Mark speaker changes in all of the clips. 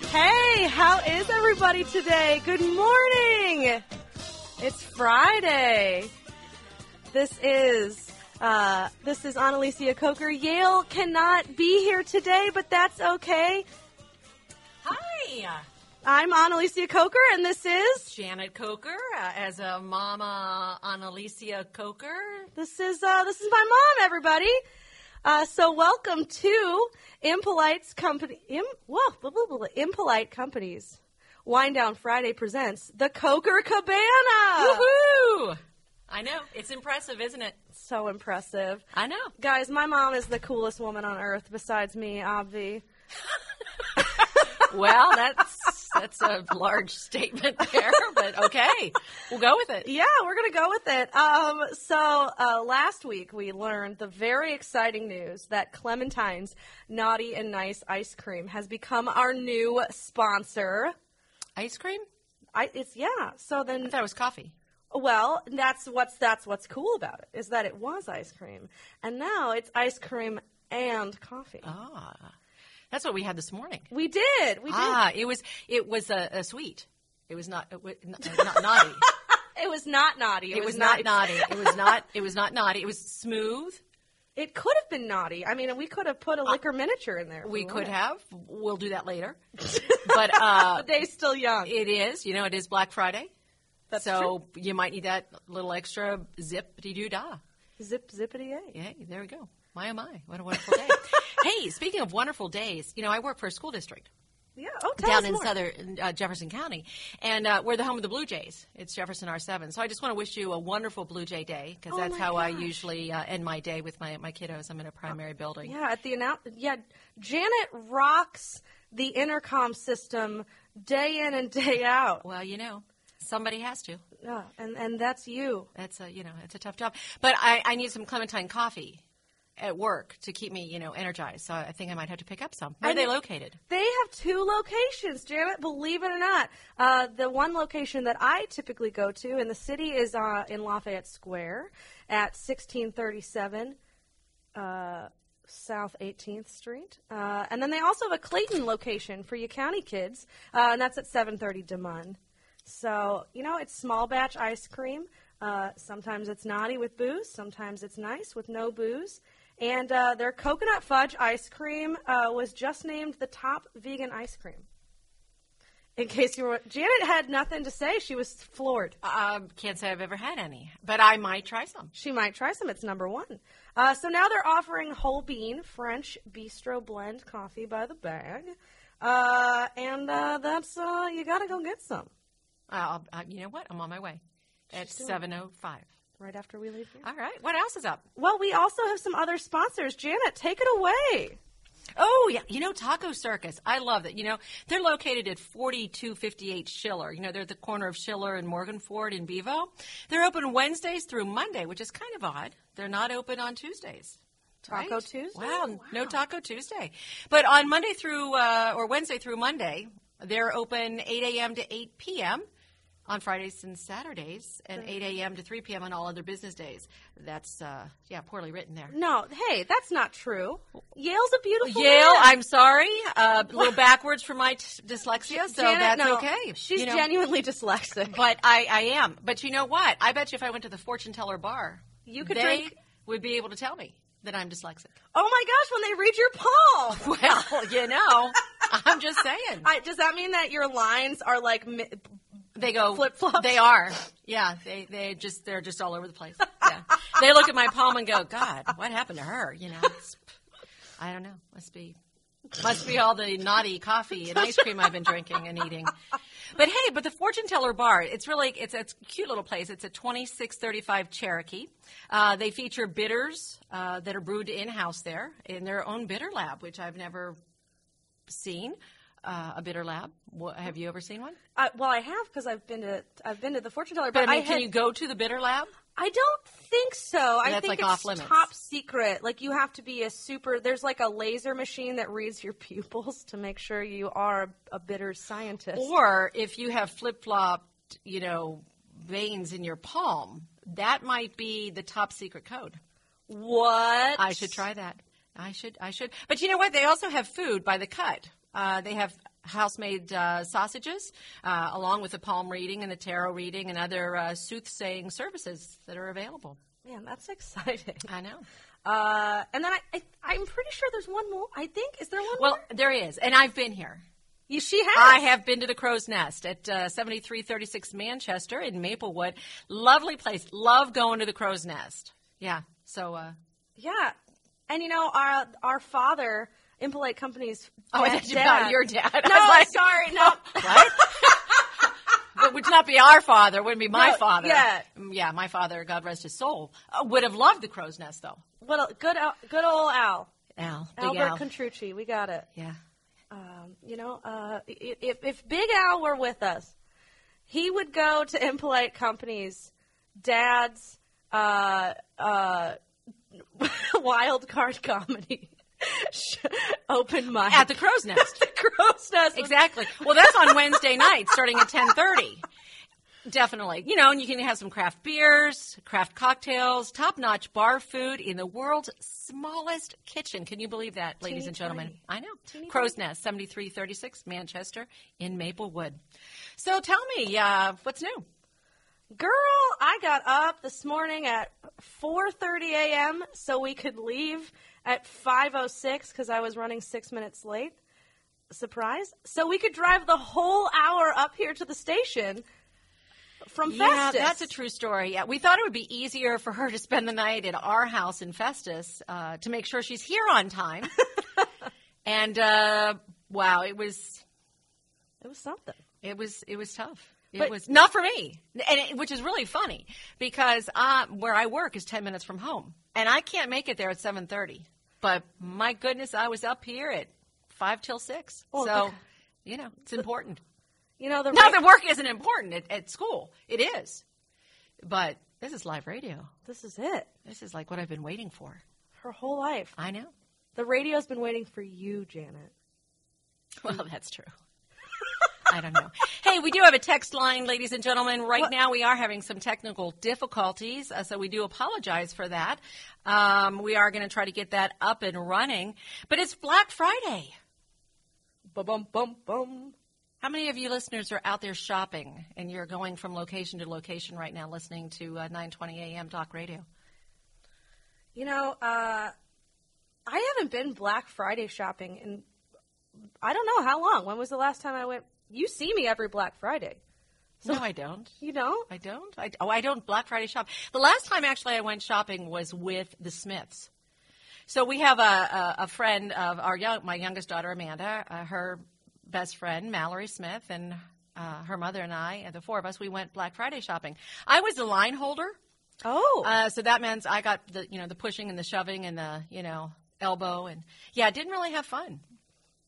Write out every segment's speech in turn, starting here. Speaker 1: Hey, how is everybody today? Good morning. It's Friday. This is uh, this is Annalicia Coker. Yale cannot be here today, but that's okay.
Speaker 2: Hi,
Speaker 1: I'm Annalicia Coker, and this is
Speaker 2: Janet Coker uh, as a mama Annalicia Coker.
Speaker 1: this is uh, this is my mom. Everybody, uh, so welcome to Impolite's company. Im, whoa, blah, blah, blah, blah. Impolite Companies. Wind Down Friday presents the Coker Cabana.
Speaker 2: Woohoo! I know. It's impressive, isn't it?
Speaker 1: So impressive.
Speaker 2: I know.
Speaker 1: Guys, my mom is the coolest woman on earth besides me, obvi.
Speaker 2: Well, that's that's a large statement there, but okay. We'll go with it.
Speaker 1: Yeah, we're going to go with it. Um, so uh, last week we learned the very exciting news that Clementine's Naughty and Nice ice cream has become our new sponsor.
Speaker 2: Ice cream?
Speaker 1: I, it's yeah. So
Speaker 2: I
Speaker 1: then,
Speaker 2: thought it was coffee.
Speaker 1: well, that's what's that's what's cool about it is that it was ice cream, and now it's ice cream and coffee.
Speaker 2: Ah. That's what we had this morning.
Speaker 1: We did, we did.
Speaker 2: Ah, it was it was a, a sweet. It was not it was not, not naughty.
Speaker 1: It was not naughty.
Speaker 2: It, was, not naughty. It was not it was not naughty. It was smooth.
Speaker 1: It could have been naughty. I mean, we could have put a liquor miniature in there. if
Speaker 2: Uh, We could
Speaker 1: wanted.
Speaker 2: have. We'll do that later. But uh,
Speaker 1: But they still young.
Speaker 2: It is. You know, it is Black Friday.
Speaker 1: That's
Speaker 2: so you might need that little extra zip de doo da.
Speaker 1: Zip zippity a.
Speaker 2: Hey, there we go. My oh my. What a wonderful day. hey, speaking of wonderful days, you know, I work for a school district
Speaker 1: Yeah. Oh, tell
Speaker 2: down
Speaker 1: us
Speaker 2: in
Speaker 1: more.
Speaker 2: southern uh, Jefferson County, and uh, we're the home of the Blue Jays. It's Jefferson R7. So I just want to wish you a wonderful Blue Jay day because
Speaker 1: Oh,
Speaker 2: that's
Speaker 1: my
Speaker 2: how I
Speaker 1: gosh. Oh,
Speaker 2: usually uh, end my day with my, my kiddos. I'm in a primary building.
Speaker 1: Yeah, at the announce. Yeah, Janet rocks the intercom system day in and day out,
Speaker 2: Well, you know, somebody has to.
Speaker 1: yeah, and and that's you.
Speaker 2: That's a you know, it's a tough job. But I, I need some clementine coffee at work to keep me you know energized. So I think I might have to pick up some. Where
Speaker 1: I
Speaker 2: are they
Speaker 1: mean-
Speaker 2: located?
Speaker 1: They have two locations, Janet. Believe it or not, uh, the one location that I typically go to in the city is uh, in Lafayette Square at 1637 uh, South 18th Street, uh, and then they also have a Clayton location for you county kids, uh, and that's at 730 DeMunn. So you know, it's small batch ice cream. Uh, sometimes it's naughty with booze. Sometimes it's nice with no booze. And uh, their coconut fudge ice cream uh, was just named the top vegan ice cream. In case you were, Janet had nothing to say. She was floored.
Speaker 2: Um, can't say I've ever had any, but I might try some.
Speaker 1: She might try some. It's number one. Uh, so now they're offering whole bean French bistro blend coffee by the bag, uh, and uh, that's uh, you got to go get some
Speaker 2: I'll, uh, you know what? I'm on my way at
Speaker 1: She's doing it.
Speaker 2: seven oh five.
Speaker 1: right after we leave here.
Speaker 2: All right. What else is up?
Speaker 1: Well, we also have some other sponsors. Janet, take it away.
Speaker 2: Oh yeah, you know Taco Circus. I love it. You know they're located at 4258 Schiller. You know they're at the corner of Schiller and Morgan Ford in Bevo. They're open Wednesdays through Monday, which is kind of odd. They're not open on Tuesdays.
Speaker 1: Taco
Speaker 2: Right?
Speaker 1: Tuesday? Oh,
Speaker 2: Wow, no
Speaker 1: Wow.
Speaker 2: Taco Tuesday. But on Monday through uh, or Wednesday through Monday, they're open 8 a.m. to 8 p.m. on Fridays and Saturdays, and 8 a.m. to 3 p.m. on all other business days. That's uh, yeah, poorly written there.
Speaker 1: No, hey, that's not true. Yale's a beautiful
Speaker 2: Yale,
Speaker 1: land.
Speaker 2: I'm sorry, uh, a little backwards for my t- dyslexia, so
Speaker 1: Janet,
Speaker 2: that's
Speaker 1: no,
Speaker 2: okay.
Speaker 1: She's
Speaker 2: you know.
Speaker 1: genuinely dyslexic.
Speaker 2: but I, I am. But you know what? I bet you if I went to the fortune teller bar,
Speaker 1: You could
Speaker 2: they
Speaker 1: drink-
Speaker 2: would be able to tell me that I'm dyslexic.
Speaker 1: Oh my gosh, when they read your palm.
Speaker 2: Well, you know, I'm just saying.
Speaker 1: I, does that mean that your lines are like mi-
Speaker 2: They go
Speaker 1: Flip-flops.
Speaker 2: They are, yeah. They they just they're just all over the place. Yeah. they look at my palm and go, God, what happened to her? You know, it's- I don't know. Must be must be all the naughty coffee and ice cream I've been drinking and eating. But hey, but the fortune teller bar, it's really it's it's a cute little place. It's at 2635 Cherokee. Uh, they feature bitters uh, that are brewed in house there in their own bitter lab, which I've never seen. Uh, a bitter lab. What, have you ever seen one?
Speaker 1: I, well, I have because I've been to I've been to the fortune teller,
Speaker 2: But I mean,
Speaker 1: had-
Speaker 2: can you go to the bitter lab?
Speaker 1: I don't think so. I
Speaker 2: That's,
Speaker 1: think
Speaker 2: like,
Speaker 1: it's
Speaker 2: off limits.
Speaker 1: top secret. Like you have to be a super. There's like a laser machine that reads your pupils to make sure you are a, a bitter scientist.
Speaker 2: Or if you have flip flopped, you know, veins in your palm, that might be the top secret code.
Speaker 1: what?
Speaker 2: I should try that. I should. I should. But you know what? They also have food by the cut. Uh, they have house-made uh, sausages, uh, along with the palm reading and the tarot reading and other uh, soothsaying services that are available.
Speaker 1: Man, that's exciting.
Speaker 2: I know.
Speaker 1: Uh, and then I, I, I'm pretty sure there's one more. I think is there one
Speaker 2: Well,
Speaker 1: more?
Speaker 2: there is, and I've been here.
Speaker 1: Yeah, she has.
Speaker 2: I have been to the Crow's Nest at uh, 7336 Manchester in Maplewood. Lovely place. Love going to the Crow's Nest. Yeah. So, uh,
Speaker 1: Yeah, and you know our our father, Impolite Company's.
Speaker 2: oh,
Speaker 1: dad,
Speaker 2: that's about your dad. I
Speaker 1: No,
Speaker 2: was like,
Speaker 1: sorry, no.
Speaker 2: what? It would not be our father. It wouldn't be my
Speaker 1: No,
Speaker 2: father. Mm,
Speaker 1: yeah.
Speaker 2: Yeah, my father, God rest his soul, uh, would have loved the crow's nest, though.
Speaker 1: What a, good, Al- good old Al,
Speaker 2: Al. Big
Speaker 1: Albert
Speaker 2: Al.
Speaker 1: Contrucci. We got it.
Speaker 2: yeah.
Speaker 1: Um, you know, uh, i- if if Big Al were with us, he would go to Impolite Company's dad's uh, uh, wild card comedy open mic
Speaker 2: At the crow's nest.
Speaker 1: the crow's nest. was
Speaker 2: exactly. Well, that's on Wednesday night, starting at ten thirty. Definitely, you know, and you can have some craft beers, craft cocktails, top-notch bar food in the world's smallest kitchen. Can you believe that, ladies
Speaker 1: Teeny
Speaker 2: and gentlemen?
Speaker 1: tiny.
Speaker 2: I know. Crow's Nest, seventy-three thirty-six, Manchester, in Maplewood. So, tell me, uh, what's new?
Speaker 1: Girl, I got up this morning at 4:30 a.m. so we could leave at 5:06 because I was running six minutes late. Surprise! So we could drive the whole hour up here to the station from
Speaker 2: Yeah,
Speaker 1: Festus.
Speaker 2: that's a true story. Yeah, we thought it would be easier for her to spend the night at our house in Festus uh, to make sure she's here on time. and uh, wow, it was
Speaker 1: It was something.
Speaker 2: It was it was tough. It
Speaker 1: But-
Speaker 2: was not for me, and it, which is really funny because uh, where I work is ten minutes from home, and I can't make it there at seven thirty. But my goodness, I was up here at five till six.
Speaker 1: Well,
Speaker 2: so,
Speaker 1: the-
Speaker 2: you know, it's important.
Speaker 1: You know the
Speaker 2: Not
Speaker 1: ra-
Speaker 2: that work isn't important at, at school; it is. But this is live radio.
Speaker 1: this is it.
Speaker 2: This is like what I've been waiting for.
Speaker 1: Her whole life.
Speaker 2: I know.
Speaker 1: The radio's been waiting for you, Janet.
Speaker 2: Well, that's true. I don't know. Hey, we do have a text line, ladies and gentlemen. Right
Speaker 1: What-
Speaker 2: now, we are having some technical difficulties, uh, so we do apologize for that. Um, we are going to try to get that up and running, but it's Black Friday.
Speaker 1: Bum bum bum bum.
Speaker 2: How many of you listeners are out there shopping and you're going from location to location right now, listening to uh, 9:20 a.m. Talk Radio?
Speaker 1: You know, uh, I haven't been Black Friday shopping in I don't know how long. When was the last time I went? You see me every Black Friday.
Speaker 2: no, I don't.
Speaker 1: You don't?
Speaker 2: I don't. I, oh, I don't Black Friday shop. The last time actually I went shopping was with the Smiths. So we have a, a, a friend of our young, my youngest daughter Amanda, uh, her best friend Mallory Smith, and uh, her mother and I, and the four of us, we went Black Friday shopping. I was the line holder,
Speaker 1: Oh,
Speaker 2: uh, so that means I got the you know the pushing and the shoving and the you know elbow and yeah, I didn't really have fun.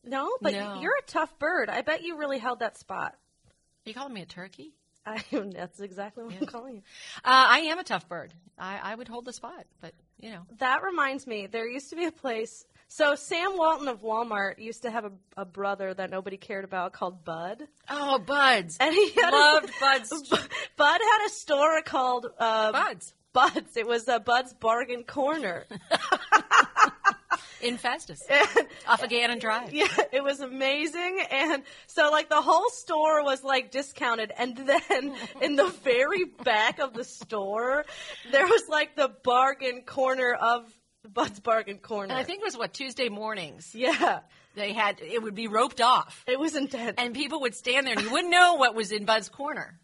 Speaker 1: no, but
Speaker 2: no.
Speaker 1: you're a tough bird. I bet you really held that spot.
Speaker 2: Are you calling me a turkey?
Speaker 1: I, that's exactly what I'm calling you.
Speaker 2: Uh, I am a tough bird. I, I would hold the spot, but you know.
Speaker 1: That reminds me, there used to be a place. So Sam Walton of Walmart used to have a, a brother that nobody cared about called Bud,
Speaker 2: Oh, buds.
Speaker 1: and he had
Speaker 2: Loved
Speaker 1: a,
Speaker 2: Bud's.
Speaker 1: Bud had a store called uh,
Speaker 2: Buds.
Speaker 1: Bud's. It was uh, Bud's Bargain Corner.
Speaker 2: In Festus. Off of Gannon Drive.
Speaker 1: Yeah, it was amazing. And so, like, the whole store was like discounted. And then in the very back of the store, there was like the bargain corner of Bud's Bargain Corner.
Speaker 2: And I think it was what, Tuesday mornings.
Speaker 1: yeah,
Speaker 2: They had, it would be roped off.
Speaker 1: it was intense.
Speaker 2: And people would stand there and you wouldn't know what was in Bud's corner.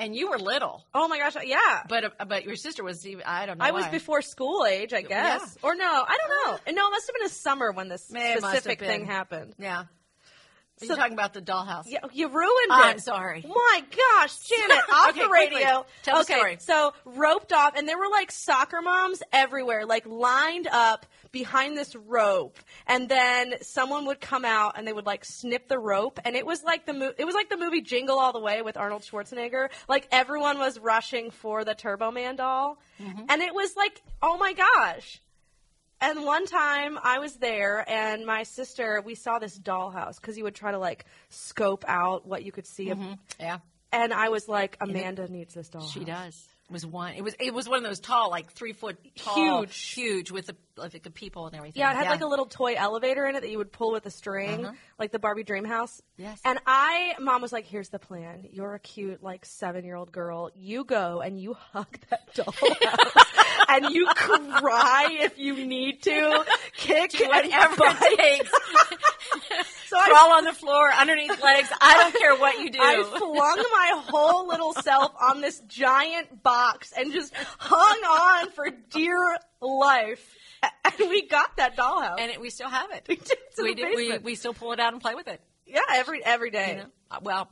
Speaker 2: And you were little.
Speaker 1: oh my gosh, yeah.
Speaker 2: But uh, but your sister was, even, I don't know.
Speaker 1: I was
Speaker 2: why.
Speaker 1: before school age, I guess. Or no, I don't know. And No, it must have been a summer when this
Speaker 2: May- it must have
Speaker 1: specific
Speaker 2: been.
Speaker 1: thing happened.
Speaker 2: Yeah.
Speaker 1: So-
Speaker 2: You're talking about the dollhouse.
Speaker 1: Yeah, you ruined it.
Speaker 2: I'm sorry.
Speaker 1: My gosh, Janet, off
Speaker 2: Okay,
Speaker 1: the
Speaker 2: quickly.
Speaker 1: radio.
Speaker 2: Tell the
Speaker 1: okay,
Speaker 2: story.
Speaker 1: so roped off, and there were like soccer moms everywhere, like lined up behind this rope, and then someone would come out and they would like snip the rope, and it was like the mo- it was like the movie Jingle All the Way with Arnold Schwarzenegger. Like everyone was rushing for the Turbo Man doll,
Speaker 2: Mm-hmm.
Speaker 1: and it was like, oh my gosh. And one time I was there, and my sister, we saw this dollhouse because you would try to like scope out what you could see.
Speaker 2: Yeah.
Speaker 1: And I was like, Amanda needs this dollhouse.
Speaker 2: She does. It was one. It was it was one of those tall, like three foot tall,
Speaker 1: Huge.
Speaker 2: huge with the like the people and everything.
Speaker 1: Yeah, it had like a little toy elevator in it that you would pull with a string, like the Barbie Dream House.
Speaker 2: Uh-huh. Yes.
Speaker 1: And I, mom was like, "Here's the plan. You're a cute like seven year old girl. You go and you hug that doll, and you cry if you need to, kick and
Speaker 2: whatever
Speaker 1: bite.
Speaker 2: it takes.
Speaker 1: So I
Speaker 2: Crawl on the floor underneath legs. I don't care what you do.
Speaker 1: I flung my whole little self on this giant box and just hung on for dear life. And we got that dollhouse.
Speaker 2: and it, we still have it.
Speaker 1: It's in
Speaker 2: we,
Speaker 1: the
Speaker 2: do- we
Speaker 1: basement.
Speaker 2: we still pull it out and play with it.
Speaker 1: yeah, every every day.
Speaker 2: You know? Uh, Well,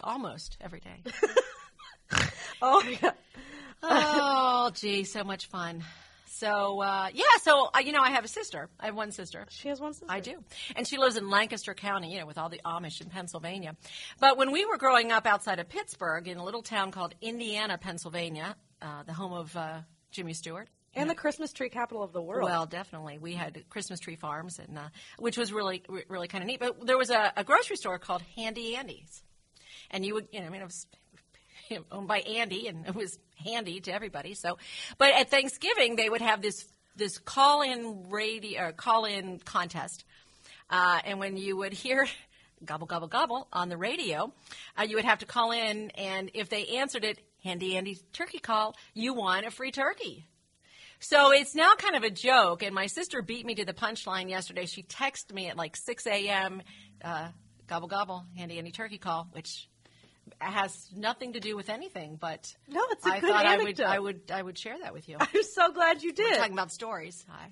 Speaker 2: almost every day.
Speaker 1: Oh my god.
Speaker 2: oh, gee, so much fun. So uh, yeah, so uh, you know, I have a sister. I have one sister.
Speaker 1: She has one sister.
Speaker 2: I do. And she lives in Lancaster County, you know, with all the Amish in Pennsylvania. But when we were growing up outside of Pittsburgh in a little town called Indiana, Pennsylvania, uh, the home of uh, Jimmy Stewart.
Speaker 1: And the Christmas tree capital of the world.
Speaker 2: Well, definitely, we had Christmas tree farms, and uh, which was really, re- really kind of neat. But there was a, a grocery store called Handy Andy's, and you would, you know, I mean, it was owned by Andy, and it was handy to everybody. So, but at Thanksgiving, they would have this this call in radio, call in contest, uh, and when you would hear. Gobble gobble gobble on the radio. Uh, you would have to call in, and if they answered it, handy Andy's turkey call, you won a free turkey. So it's now kind of a joke, and my sister beat me to the punchline yesterday. She texted me at like 6 a.m. Uh, gobble gobble, handy handy turkey call, which has nothing to do with anything. But
Speaker 1: No, it's a
Speaker 2: I
Speaker 1: good
Speaker 2: thought
Speaker 1: anecdote.
Speaker 2: I would I would I would share that with you.
Speaker 1: I'm so glad you did.
Speaker 2: Talking about stories, hi.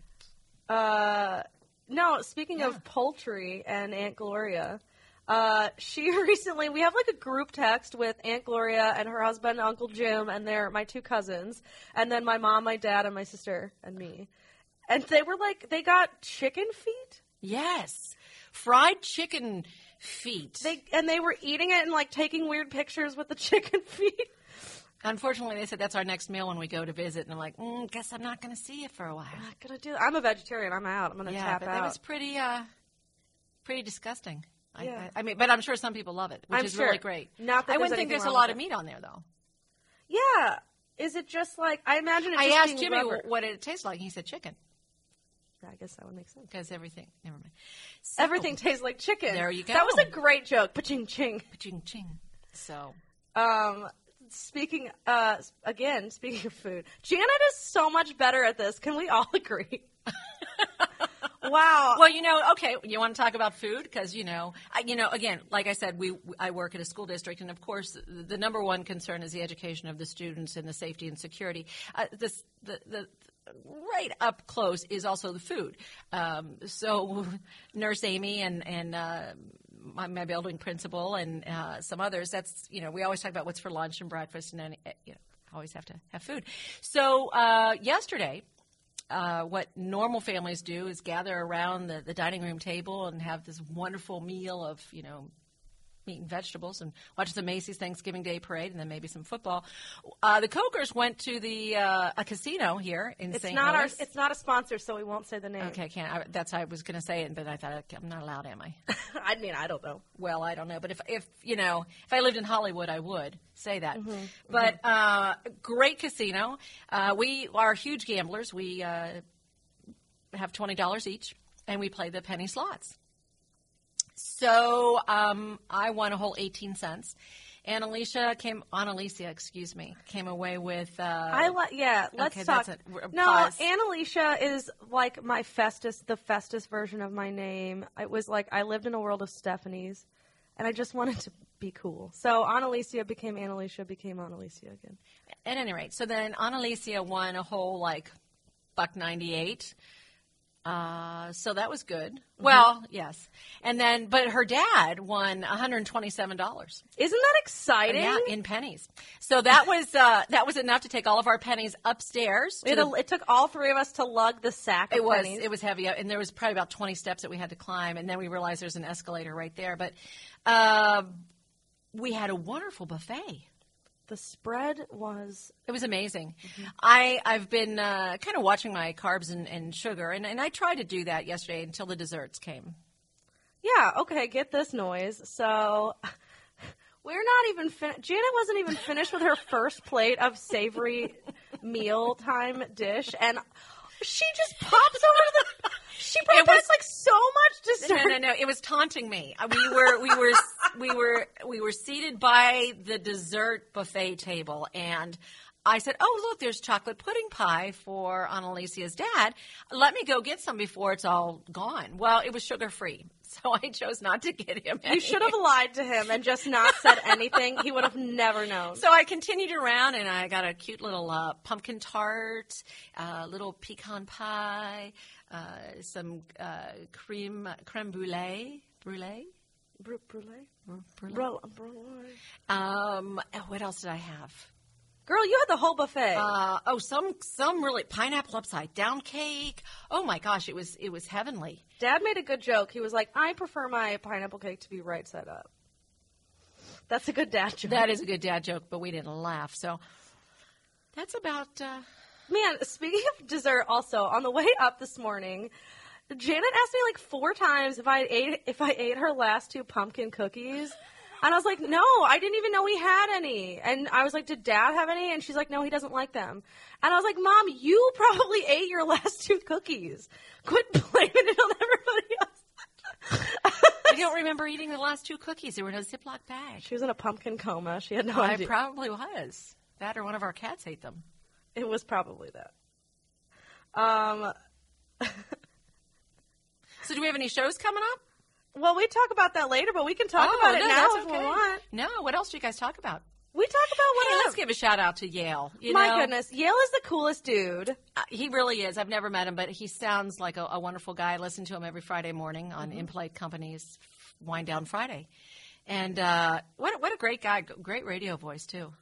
Speaker 1: Uh, no, speaking of poultry and Aunt Gloria, uh, she recently we have like a group text with Aunt Gloria and her husband, Uncle Jim, and their my two cousins, and then my mom, my dad, and my sister and me. And they were like, they got chicken feet.
Speaker 2: Yes, fried chicken feet.
Speaker 1: They and they were eating it and like taking weird pictures with the chicken feet.
Speaker 2: Unfortunately, they said that's our next meal when we go to visit, and I'm like, mm, guess I'm not going to see you for a while.
Speaker 1: I'm not gonna do. That. I'm a vegetarian. I'm out. I'm gonna
Speaker 2: yeah,
Speaker 1: tap
Speaker 2: but
Speaker 1: out.
Speaker 2: that was pretty, uh, pretty disgusting. I,
Speaker 1: Yeah.
Speaker 2: I, I mean, but I'm sure some people love it, which
Speaker 1: I'm
Speaker 2: is
Speaker 1: sure.
Speaker 2: really great.
Speaker 1: Not that
Speaker 2: I
Speaker 1: there's
Speaker 2: wouldn't
Speaker 1: anything
Speaker 2: think there's a
Speaker 1: wrong
Speaker 2: lot
Speaker 1: with
Speaker 2: of meat on there, though.
Speaker 1: yeah. Is it just like I imagine? It
Speaker 2: I
Speaker 1: just
Speaker 2: asked
Speaker 1: being
Speaker 2: Jimmy
Speaker 1: rubber.
Speaker 2: what it tastes like. and He said chicken
Speaker 1: I guess that would make sense.
Speaker 2: because everything. Never mind. So,
Speaker 1: Everything tastes like chicken.
Speaker 2: There you
Speaker 1: That was
Speaker 2: go.
Speaker 1: a great joke. Paching ching.
Speaker 2: Ching ching. So
Speaker 1: Um, speaking uh, again, speaking of food, Janet is so much better at this. Can we all agree? wow.
Speaker 2: Well, you know, okay, you want to talk about food because you know, I, you know, again, like I said, we I work at a school district, and of course, the, the number one concern is the education of the students and the safety and security. Uh, this the the. Right up close is also the food. Um, so, Nurse Amy and and uh, my, my building principal and uh, some others. That's you know we always talk about what's for lunch and breakfast and any, eh, you know always have to have food. So uh, yesterday uh, what normal families do is gather around the, the dining room table and have this wonderful meal of, you know, meat and vegetables and watch the Macy's Thanksgiving Day parade and then maybe some football. Uh, the Cokers went to the uh, a casino here in
Speaker 1: it's
Speaker 2: St.
Speaker 1: not our.
Speaker 2: Louis.
Speaker 1: It's not a sponsor, so we won't say the name.
Speaker 2: okay, I can't. I, that's how I was going to say it, but I thought "Okay, I'm not allowed, am I?
Speaker 1: I mean, I don't know.
Speaker 2: well, I don't know, but if if you know, if I lived in Hollywood, I would say that. But uh, great casino. Uh, we are huge gamblers. We uh, have twenty dollars each, and we play the penny slots. So um, I won a whole eighteen cents, and Alicia came on. Alicia, excuse me, came away with. Uh,
Speaker 1: I li- yeah. Let's
Speaker 2: Okay,
Speaker 1: talk.
Speaker 2: that's it. We're-
Speaker 1: No,
Speaker 2: pause.
Speaker 1: Annalicia is like my Festus, the Festus version of my name. It was like I lived in a world of Stephanies, and I just wanted to be cool. So Annalicia became Annalicia, became Annalicia again.
Speaker 2: At any rate, so then Annalicia won a whole like buck ninety eight. Uh, so that was good.
Speaker 1: Mm-hmm.
Speaker 2: Well, yes, and then but her dad won one hundred twenty seven dollars.
Speaker 1: Isn't that exciting?
Speaker 2: Yeah, in pennies. So that was uh, that was enough to take all of our pennies upstairs. to
Speaker 1: It,
Speaker 2: the-
Speaker 1: it took all three of us to lug the sack. Of
Speaker 2: it was
Speaker 1: pennies.
Speaker 2: it was heavy, and there was probably about twenty steps that we had to climb, and then we realized there's an escalator right there. But uh, we had a wonderful buffet.
Speaker 1: the spread was.
Speaker 2: It was amazing.
Speaker 1: Mm-hmm.
Speaker 2: I I've been uh, kind of watching my carbs and, and sugar, and, and I tried to do that yesterday until the desserts came.
Speaker 1: Yeah. Okay. Get this noise. So, We're not even fin- Janet wasn't even finished with her first plate of savory mealtime dish, and she just pops over the. She brought
Speaker 2: It was-
Speaker 1: back, like so much dessert.
Speaker 2: No, no, no. It was taunting me. Uh, We were, we were, we were, we were seated by the dessert buffet table, and I said, "Oh, look, there's chocolate pudding pie for Annalisia's dad. Let me go get some before it's all gone." Well, it was sugar free, so I chose not to get him. any.
Speaker 1: You should have lied to him and just not said anything. He would have never known.
Speaker 2: So I continued around, and I got a cute little uh, pumpkin tart, uh, little pecan pie, uh, some uh, cream creme brulee, brulee.
Speaker 1: Bru- brulee?
Speaker 2: brulee?
Speaker 1: Brul- brulee.
Speaker 2: Um, oh, what else did I have?
Speaker 1: Girl, you had the whole buffet.
Speaker 2: Uh, oh, some some really pineapple upside down cake. Oh my gosh, it was it was heavenly.
Speaker 1: Dad made a good joke. He was like, "I prefer my pineapple cake to be right side up." That's a good dad joke.
Speaker 2: That is a good dad joke, but we didn't laugh. So that's about. Uh,
Speaker 1: Man, speaking of dessert, also on the way up this morning, Janet asked me like four times if I ate if I ate her last two pumpkin cookies, and I was like, "No, I didn't even know we had any." And I was like, "Did Dad have any?" And she's like, "No, he doesn't like them." And I was like, "Mom, you probably ate your last two cookies. Quit blaming it on everybody else."
Speaker 2: I don't remember eating the last two cookies. There were no Ziploc bags.
Speaker 1: she was in a pumpkin coma. She had no
Speaker 2: I
Speaker 1: idea.
Speaker 2: probably was. That or one of our cats ate them.
Speaker 1: It was probably that. Um,
Speaker 2: So do we have any shows coming up?
Speaker 1: well, we talk about that later, but we can talk about it
Speaker 2: Oh, no,
Speaker 1: now
Speaker 2: that's
Speaker 1: if
Speaker 2: okay.
Speaker 1: we want.
Speaker 2: No, what else do you guys talk about?
Speaker 1: We talk about what
Speaker 2: Hey,
Speaker 1: else.
Speaker 2: let's give a shout out to Yale. You
Speaker 1: My
Speaker 2: know?
Speaker 1: goodness, Yale is the coolest dude.
Speaker 2: Uh, he really is. I've never met him, but he sounds like a, a wonderful guy. I listen to him every Friday morning on
Speaker 1: Mm-hmm.
Speaker 2: Impolite Company's Wind Down Friday. And uh, what, a- what a great guy. G- Great radio voice, too.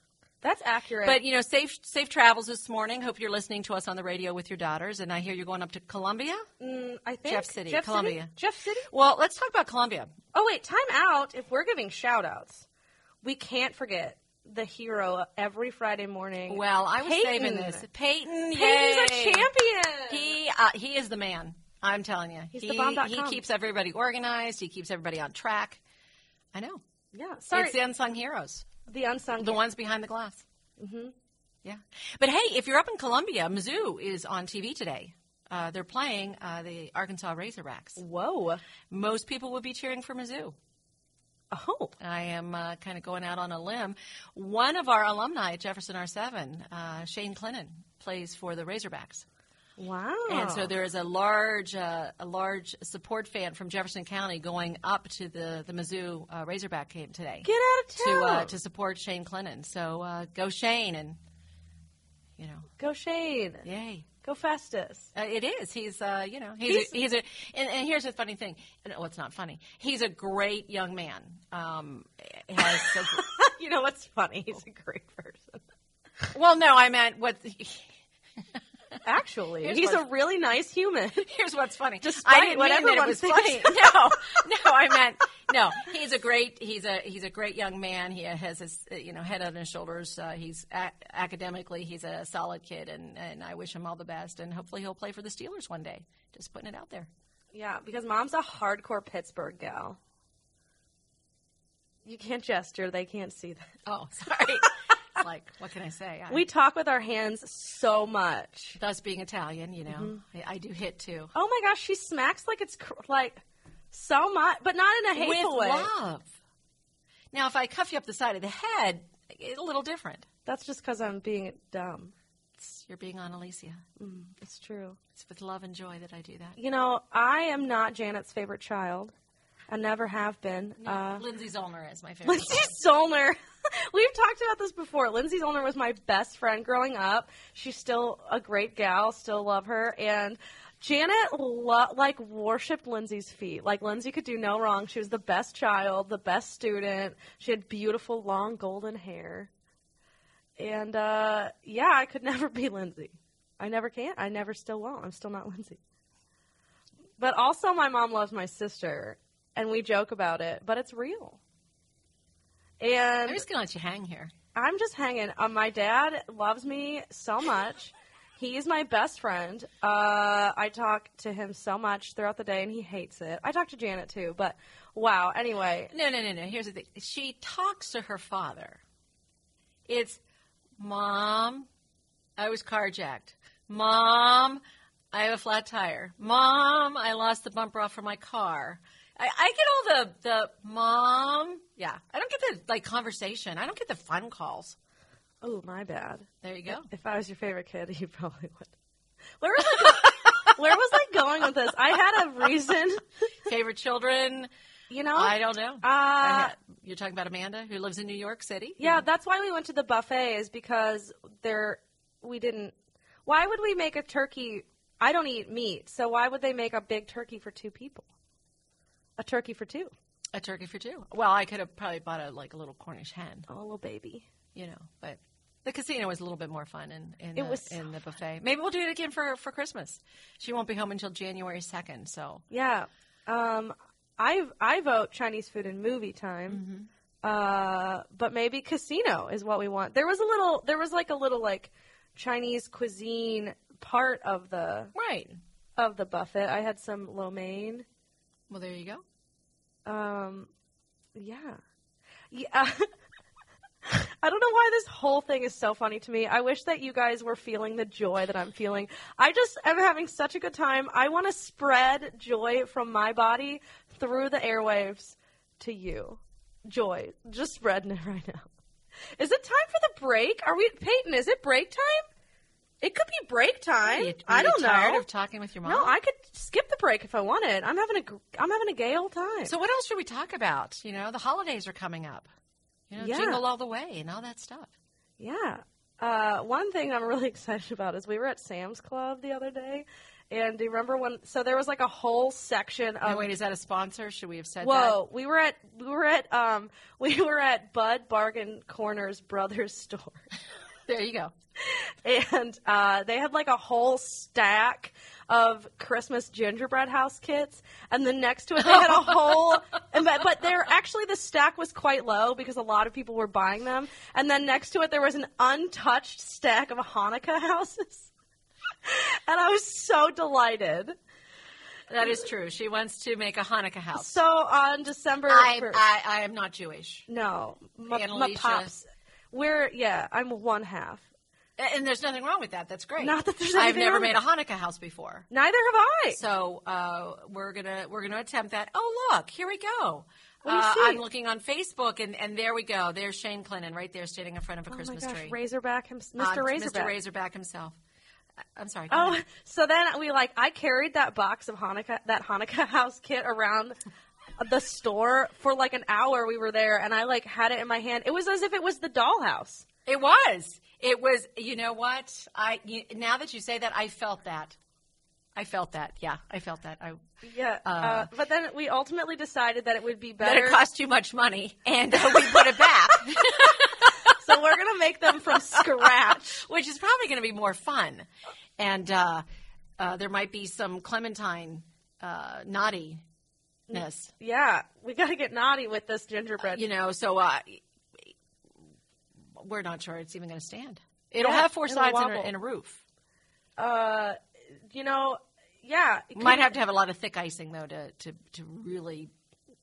Speaker 1: That's accurate.
Speaker 2: But, you know, safe, safe travels this morning. Hope you're listening to us on the radio with your daughters. And I hear you're going up to Columbia.
Speaker 1: Mm, I think
Speaker 2: Jeff City, Columbia.
Speaker 1: Jeff City.
Speaker 2: Well, let's talk about Columbia.
Speaker 1: Oh wait, time out. If we're giving shout outs, we can't forget the hero every Friday morning.
Speaker 2: Well, I was saving
Speaker 1: Peyton.
Speaker 2: this. Peyton,
Speaker 1: Peyton's a
Speaker 2: yay.
Speaker 1: champion.
Speaker 2: He uh, he is the man. I'm telling you.
Speaker 1: He's
Speaker 2: he,
Speaker 1: the bomb.com.
Speaker 2: He keeps everybody organized. He keeps everybody on track. I know.
Speaker 1: yeah. Sorry,
Speaker 2: It's the unsung heroes,
Speaker 1: the unsung.
Speaker 2: the ones behind the glass. Mm-hmm. Yeah. But hey, if you're up in Columbia, Mizzou is on TV today. Uh, they're playing uh, the Arkansas Razorbacks.
Speaker 1: Whoa.
Speaker 2: Most people would be cheering for Mizzou.
Speaker 1: Oh.
Speaker 2: I am uh, kind of going out on a limb. One of our alumni at Jefferson R7, uh, Shane Clinton, plays for the Razorbacks.
Speaker 1: Wow.
Speaker 2: And so there is a large, uh, a large support fan from Jefferson County going up to the the Mizzou uh, Razorback game today
Speaker 1: Get out of town.
Speaker 2: to uh, to support Shane Clinton. So uh, go Shane, and you know,
Speaker 1: Go Shane.
Speaker 2: yay.
Speaker 1: Go Festus.
Speaker 2: Uh, it is. He's, uh, you know, he's
Speaker 1: He's-
Speaker 2: a, he's a and, and here's the funny thing. And, well, it's not funny. He's a great young man. Um, has a-
Speaker 1: you know what's funny? He's a great person.
Speaker 2: well, no, I meant what.
Speaker 1: Actually,
Speaker 2: Here's
Speaker 1: he's a
Speaker 2: what's-
Speaker 1: really nice human.
Speaker 2: Here's what's funny.
Speaker 1: Despite
Speaker 2: I didn't
Speaker 1: what
Speaker 2: mean that
Speaker 1: everyone
Speaker 2: it was
Speaker 1: thinks.
Speaker 2: funny. No, no, I meant no. He's a great. He's a he's a great young man. He has his uh, you know head on his shoulders. Uh, he's a- academically he's a solid kid, and and I wish him all the best. And hopefully he'll play for the Steelers one day. Just putting it out there.
Speaker 1: Yeah, because mom's a hardcore Pittsburgh gal. You can't gesture, they can't see that.
Speaker 2: Oh, sorry. like what can I say? I,
Speaker 1: We talk with our hands so much.
Speaker 2: thus being Italian, you know,
Speaker 1: Mm-hmm.
Speaker 2: I, I do hit too.
Speaker 1: Oh my gosh, she smacks like it's cr- like so much, but not in a hateful
Speaker 2: With
Speaker 1: way.
Speaker 2: love. Now, if I cuff you up the side of the head, it's a little different.
Speaker 1: That's just because I'm being dumb.
Speaker 2: It's- you're being on Alicia.
Speaker 1: It's true.
Speaker 2: It's with love and joy that I do that.
Speaker 1: You know, I am not Janet's favorite child. I never have been. Uh,
Speaker 2: Lindsay Zollner is my favorite.
Speaker 1: Lindsay Zollner. We've talked about this before. Lindsay Zollner was my best friend growing up. She's still a great gal. Still love her. And Janet lo- like worshipped Lindsay's feet. Like Lindsay could do no wrong. She was the best child, the best student. She had beautiful long golden hair. And uh, yeah, I could never be Lindsay. I never can. I never still won't. I'm still not Lindsay. But also, my mom loves my sister, and we joke about it. But it's real. And
Speaker 2: I'm just gonna let you hang here.
Speaker 1: I'm just hanging. Uh, my dad loves me so much. He is my best friend. Uh, I talk to him so much throughout the day, and he hates it. I talk to Janet too, but wow. Anyway,
Speaker 2: No, no, no, no. Here's the thing. She talks to her father. It's, Mom, I was carjacked. Mom, I have a flat tire. Mom, I lost the bumper off from my car. I, I get all the, the mom. Yeah. I don't get the like conversation. I don't get the fun calls.
Speaker 1: oh my bad.
Speaker 2: There you go.
Speaker 1: If I was your favorite kid, you probably would. Where was I go- Where was I going with this? I had a reason,
Speaker 2: Favorite children?
Speaker 1: you know.
Speaker 2: I don't know.
Speaker 1: Uh,
Speaker 2: I ha- you're talking about Amanda who lives in New York City?
Speaker 1: yeah, that's why we went to the buffet is because there we didn't. Why would we make a turkey? I don't eat meat, so why would they make a big turkey for two people? A turkey for two.
Speaker 2: A turkey for two. Well, I could have probably bought a like a little Cornish hen.
Speaker 1: Oh, little baby.
Speaker 2: you know, but the casino was a little bit more fun in, in
Speaker 1: It
Speaker 2: the,
Speaker 1: was so
Speaker 2: in the buffet. Maybe we'll do it again for, for Christmas. She won't be home until January 2nd, so
Speaker 1: Yeah. Um, I I vote Chinese food and movie time. Uh, but maybe casino is what we want. There was a little. There was like a little like Chinese cuisine part of the
Speaker 2: right.
Speaker 1: of the buffet. I had some lo mein.
Speaker 2: Well, there you go.
Speaker 1: Um, yeah. Yeah. I don't know why this whole thing is so funny to me. I wish that you guys were feeling the joy that I'm feeling. I just am having such a good time. I want to spread joy from my body through the airwaves to you. Joy. Just spreading it right now. Is it time for the break? Are we, Peyton, is it break time? It could be break time.
Speaker 2: Are you- are
Speaker 1: I
Speaker 2: you
Speaker 1: don't
Speaker 2: tired
Speaker 1: know.
Speaker 2: of talking with your mom.
Speaker 1: no, I could skip the break if I wanted. I'm having a, gr- I'm having a gay old time.
Speaker 2: so what else should we talk about? You know, the holidays are coming up. You know,
Speaker 1: Yeah.
Speaker 2: jingle all the way and all that stuff.
Speaker 1: Yeah. Uh, one thing I'm really excited about is we were at Sam's Club the other day, and do you remember when? So there was like a whole section
Speaker 2: Oh,
Speaker 1: of.
Speaker 2: wait, is that a sponsor? Should we have said
Speaker 1: Um, Whoa! We were at we were at um we were at Bud Bargain Corner's brother's store,
Speaker 2: that? There you go.
Speaker 1: and uh, they had like a whole stack of Christmas gingerbread house kits, and then next to it they had a whole. And but, but there actually the stack was quite low because a lot of people were buying them, and then next to it there was an untouched stack of Hanukkah houses, and I was so delighted.
Speaker 2: That is true. She wants to make a Hanukkah house.
Speaker 1: So on December,
Speaker 2: I,
Speaker 1: 1st
Speaker 2: I, I am not Jewish.
Speaker 1: no, my, my
Speaker 2: Annalisa.
Speaker 1: pops, we're yeah, I'm one half.
Speaker 2: A- And there's nothing wrong with that. That's great.
Speaker 1: Not that there's
Speaker 2: I've
Speaker 1: anything
Speaker 2: never
Speaker 1: wrong
Speaker 2: made a
Speaker 1: with
Speaker 2: Hanukkah house before.
Speaker 1: Neither have I.
Speaker 2: So uh, we're gonna we're gonna attempt that. Oh look, here we go.
Speaker 1: do you
Speaker 2: Uh,
Speaker 1: see?
Speaker 2: I'm looking on Facebook, and, and there we go. There's Shane Clinton right there, standing in front of a
Speaker 1: oh
Speaker 2: Christmas
Speaker 1: my gosh,
Speaker 2: tree.
Speaker 1: Razorback, him,
Speaker 2: Uh,
Speaker 1: Mr. Razorback.
Speaker 2: Mr. Razorback himself. I- I'm sorry. go
Speaker 1: Oh,
Speaker 2: ahead.
Speaker 1: so then we like I carried that box of Hanukkah that Hanukkah house kit around the store for like an hour. We were there, and I like had it in my hand. It was as if it was the dollhouse.
Speaker 2: it was. It was. You know what? I you, now that you say that, I felt that. I felt that. Yeah, I felt that. I
Speaker 1: Yeah, uh,
Speaker 2: Uh.
Speaker 1: but then we ultimately decided that it would be
Speaker 2: that
Speaker 1: better.
Speaker 2: it cost too much money, and uh, we put it back,
Speaker 1: so we're gonna make them from scratch.
Speaker 2: which is probably going to be more fun. And uh, uh, there might be some Clementine uh, naughtiness.
Speaker 1: Yeah, we gotta get naughty with this gingerbread.
Speaker 2: you know so uh, we're not sure it's even going to stand it'll
Speaker 1: Yeah,
Speaker 2: have 4
Speaker 1: it'll
Speaker 2: sides and a,
Speaker 1: wobble.
Speaker 2: and a roof
Speaker 1: Uh, you know, yeah. Can,
Speaker 2: might have to have a lot of thick icing though to, to, to really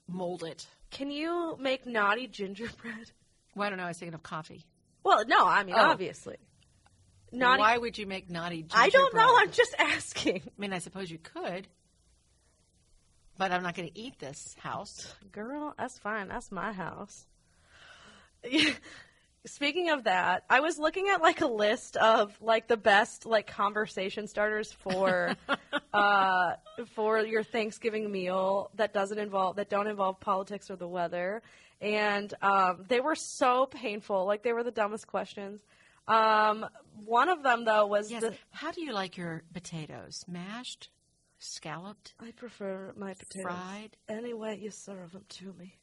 Speaker 2: mold it
Speaker 1: can you make naughty gingerbread?
Speaker 2: well i don't know i was thinking of coffee
Speaker 1: Well, no, I mean
Speaker 2: Oh.
Speaker 1: obviously naughty.
Speaker 2: why would you make naughty
Speaker 1: I don't know.
Speaker 2: gingerbread?
Speaker 1: I'm just asking.
Speaker 2: i mean i suppose you could but i'm not going to eat this house
Speaker 1: Girl, that's fine. That's my house. Speaking of that, I was looking at like a list of like the best like conversation starters for uh for your Thanksgiving meal that doesn't involve that don't involve politics or the weather. And um they were so painful. Like they were the dumbest questions. Um one of them though was
Speaker 2: yes
Speaker 1: the,
Speaker 2: how do you like your potatoes mashed scalloped
Speaker 1: I prefer my potatoes
Speaker 2: Fried.
Speaker 1: any way you serve them to me.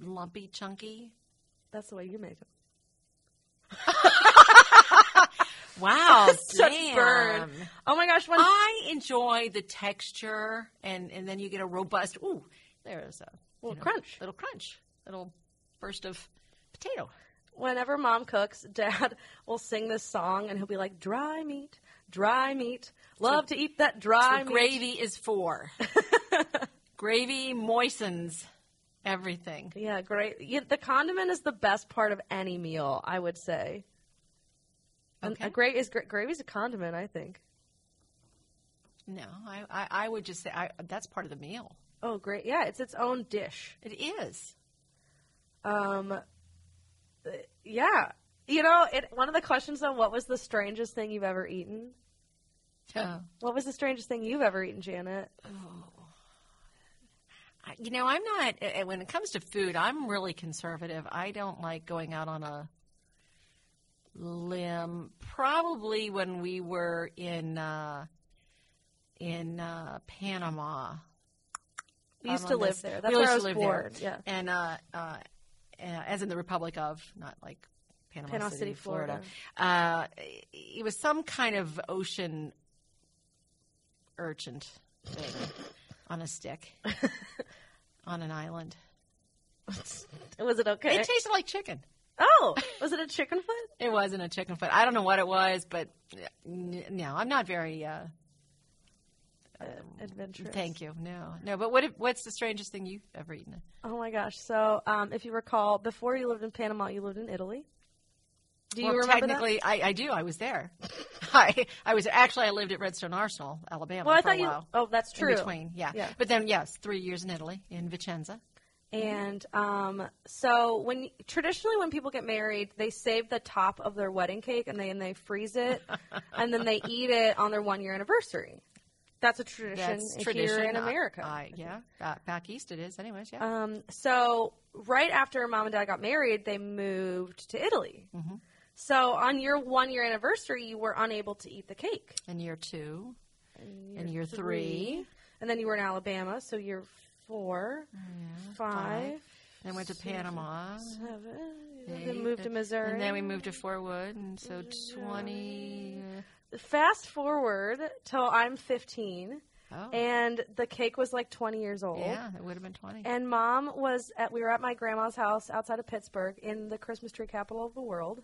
Speaker 2: lumpy chunky
Speaker 1: That's the way you make them.
Speaker 2: wow
Speaker 1: Such burn.
Speaker 2: Oh, damn.
Speaker 1: Oh my gosh, one
Speaker 2: I enjoy the texture, and and then you get a robust. Ooh, there's a
Speaker 1: Little crunch.
Speaker 2: little crunch, little burst of potato.
Speaker 1: whenever mom cooks, dad will sing this song and he'll be like, dry meat, Dry meat. Love to eat that dry
Speaker 2: what
Speaker 1: meat.
Speaker 2: gravy is for. gravy moistens everything.
Speaker 1: Yeah, great. Yeah, the condiment is the best part of any meal, I would say. And
Speaker 2: Okay.
Speaker 1: A great is gra- gravy's a condiment, I think.
Speaker 2: No, I, I, I would just say I, that's part of the meal.
Speaker 1: Oh, great. Yeah, it's its own dish.
Speaker 2: It is.
Speaker 1: Um, uh, yeah. You know, it, one of the questions on what was the strangest thing you've ever eaten?
Speaker 2: Oh.
Speaker 1: What was the strangest thing you've ever eaten, Janet?
Speaker 2: I- You know, I'm not, uh, uh, when it comes to food, I'm really conservative. I don't like going out on a limb. Probably when we were in, uh, in uh, Panama.
Speaker 1: You
Speaker 2: out
Speaker 1: used to
Speaker 2: on
Speaker 1: live
Speaker 2: this-
Speaker 1: there.
Speaker 2: we
Speaker 1: That's
Speaker 2: used
Speaker 1: where I
Speaker 2: to
Speaker 1: was
Speaker 2: live
Speaker 1: born.
Speaker 2: there.
Speaker 1: Yeah.
Speaker 2: And uh, uh, as in the Republic of, not like Panama,
Speaker 1: Panama
Speaker 2: City,
Speaker 1: City,
Speaker 2: Florida
Speaker 1: Florida.
Speaker 2: uh, it was some kind of ocean urchin thing on a stick on an island.
Speaker 1: Was it okay?
Speaker 2: It tasted like chicken.
Speaker 1: oh, was it a chicken foot?
Speaker 2: It wasn't a chicken foot. I don't know what it was, but n- no, I'm not very. Uh,
Speaker 1: Uh, Adventurous.
Speaker 2: thank you. No, no. But what? if- What's the strangest thing you've ever eaten?
Speaker 1: Oh my gosh! So, um, if you recall, before you lived in Panama, you lived in Italy. Do you
Speaker 2: well,
Speaker 1: remember that?
Speaker 2: technically, I, I do. I was there. I I was actually I lived at Redstone Arsenal, Alabama.
Speaker 1: Well, I
Speaker 2: for a
Speaker 1: thought you.
Speaker 2: while.
Speaker 1: Oh, that's true.
Speaker 2: In between, yeah.
Speaker 1: Yeah.
Speaker 2: But then, yes, three years in Italy, in Vicenza.
Speaker 1: And um, so, when traditionally when people get married, they save the top of their wedding cake and they and they freeze it, and then they eat it on their one year anniversary. That's a tradition
Speaker 2: That's
Speaker 1: here
Speaker 2: tradition
Speaker 1: in America.
Speaker 2: I, yeah, back, back east it is. Anyways, yeah.
Speaker 1: Um, so right after mom and dad got married, they moved to Italy.
Speaker 2: Mhm.
Speaker 1: So on your one year anniversary, you were unable to eat the cake.
Speaker 2: in year two,
Speaker 1: And
Speaker 2: in year three,
Speaker 1: And then you were in Alabama, so year four,
Speaker 2: yeah,
Speaker 1: five,
Speaker 2: Uh, Then went to Panama.
Speaker 1: seven.
Speaker 2: eight,
Speaker 1: then moved to Missouri.
Speaker 2: And then we moved to Fort Wood, and so twenty.
Speaker 1: Fast forward till I'm 15,
Speaker 2: Oh,
Speaker 1: and the cake was like 20 years old.
Speaker 2: yeah, it would have been twenty.
Speaker 1: And mom was at, we were at my grandma's house outside of Pittsburgh in the Christmas tree capital of the world.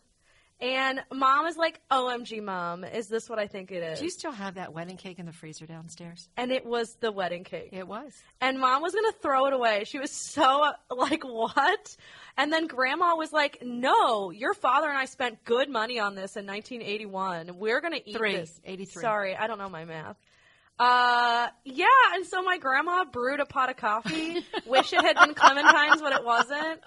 Speaker 1: And mom is like, OMG, mom, is this what I think it is?
Speaker 2: Do you still have that wedding cake in the freezer downstairs?
Speaker 1: and it was the wedding cake.
Speaker 2: It was.
Speaker 1: And mom was going to throw it away. She was so uh, like, what? And then grandma was like, no, your father and I spent good money on this in 1981. We're going to eat
Speaker 2: Three.
Speaker 1: this.
Speaker 2: 83.
Speaker 1: Sorry, I don't know my math. Uh, yeah. And so my grandma brewed a pot of coffee. Wish it had been Clementine's, but it wasn't.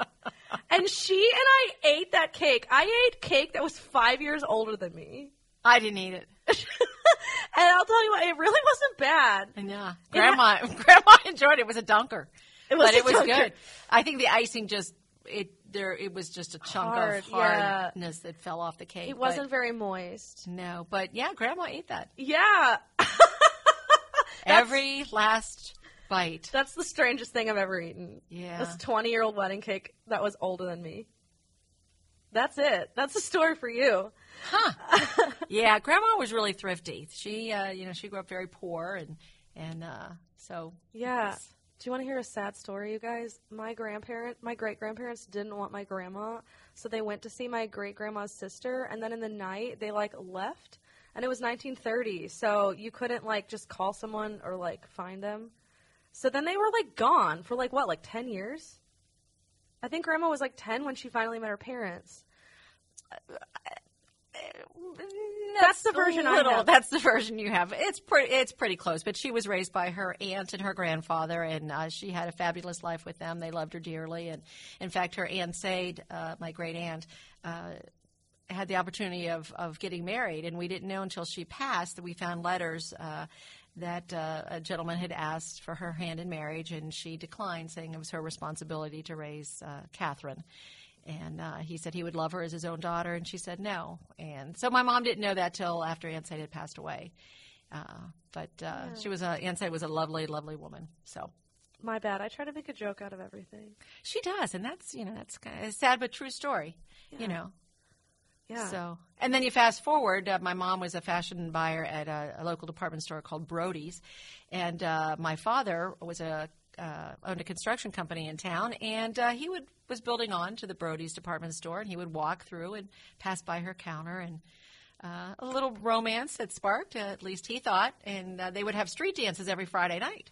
Speaker 1: And she and I ate that cake. I ate cake that was five years older than me.
Speaker 2: I didn't eat it.
Speaker 1: And I'll tell you what, it really wasn't bad.
Speaker 2: And yeah, grandma, grandma enjoyed it. It was a dunker,
Speaker 1: It was
Speaker 2: but
Speaker 1: a
Speaker 2: it was
Speaker 1: dunker.
Speaker 2: good. I think the icing just it there. It was just a chunk
Speaker 1: Hard,
Speaker 2: of
Speaker 1: yeah.
Speaker 2: hardness that fell off the cake.
Speaker 1: It
Speaker 2: but-
Speaker 1: wasn't very moist.
Speaker 2: No, but yeah, grandma ate that.
Speaker 1: Yeah,
Speaker 2: Every last bite.
Speaker 1: that's the strangest thing I've ever eaten.
Speaker 2: Yeah.
Speaker 1: This 20 year old wedding cake that was older than me. That's it. That's a story for you.
Speaker 2: Yeah, grandma was really thrifty. She uh, you know, she grew up very poor and and uh so
Speaker 1: Yeah.
Speaker 2: Yes.
Speaker 1: Do you want to hear a sad story, you guys? My grandparent, my great grandparents didn't want my grandma, so they went to see my great grandma's sister, and then in the night they like left, and it was 1930, so you couldn't like just call someone or like find them. So then they were like gone for like what, like 10 years? I think grandma was like 10 when she finally met her parents. That's the version I
Speaker 2: little,
Speaker 1: have.
Speaker 2: That's the version you have. It's pretty it's pretty close, but she was raised by her aunt and her grandfather and uh, she had a fabulous life with them. They loved her dearly and in fact her aunt Sade, uh, my great aunt, uh had the opportunity of, of getting married, and we didn't know until she passed that we found letters uh, that uh, a gentleman had asked for her hand in marriage, and she declined, saying it was her responsibility to raise uh, Catherine. And uh, he said he would love her as his own daughter, and she said no. And so my mom didn't know that till after Aunt Sade had passed away. Uh, but uh, she was a, Aunt Sade was a lovely, lovely woman. So
Speaker 1: My bad. I try to make a joke out of everything.
Speaker 2: she does, and that's you know that's kind of a sad but true story. You know,
Speaker 1: Yeah.
Speaker 2: so, and then you fast forward. Uh, my mom was a fashion buyer at a, a local department store called Brody's, and uh, my father was a uh, owned a construction company in town, and uh, he would was building on to the Brody's department store, and he would walk through and pass by her counter and uh, a little romance had sparked, uh, at least he thought, and uh, they would have street dances every Friday night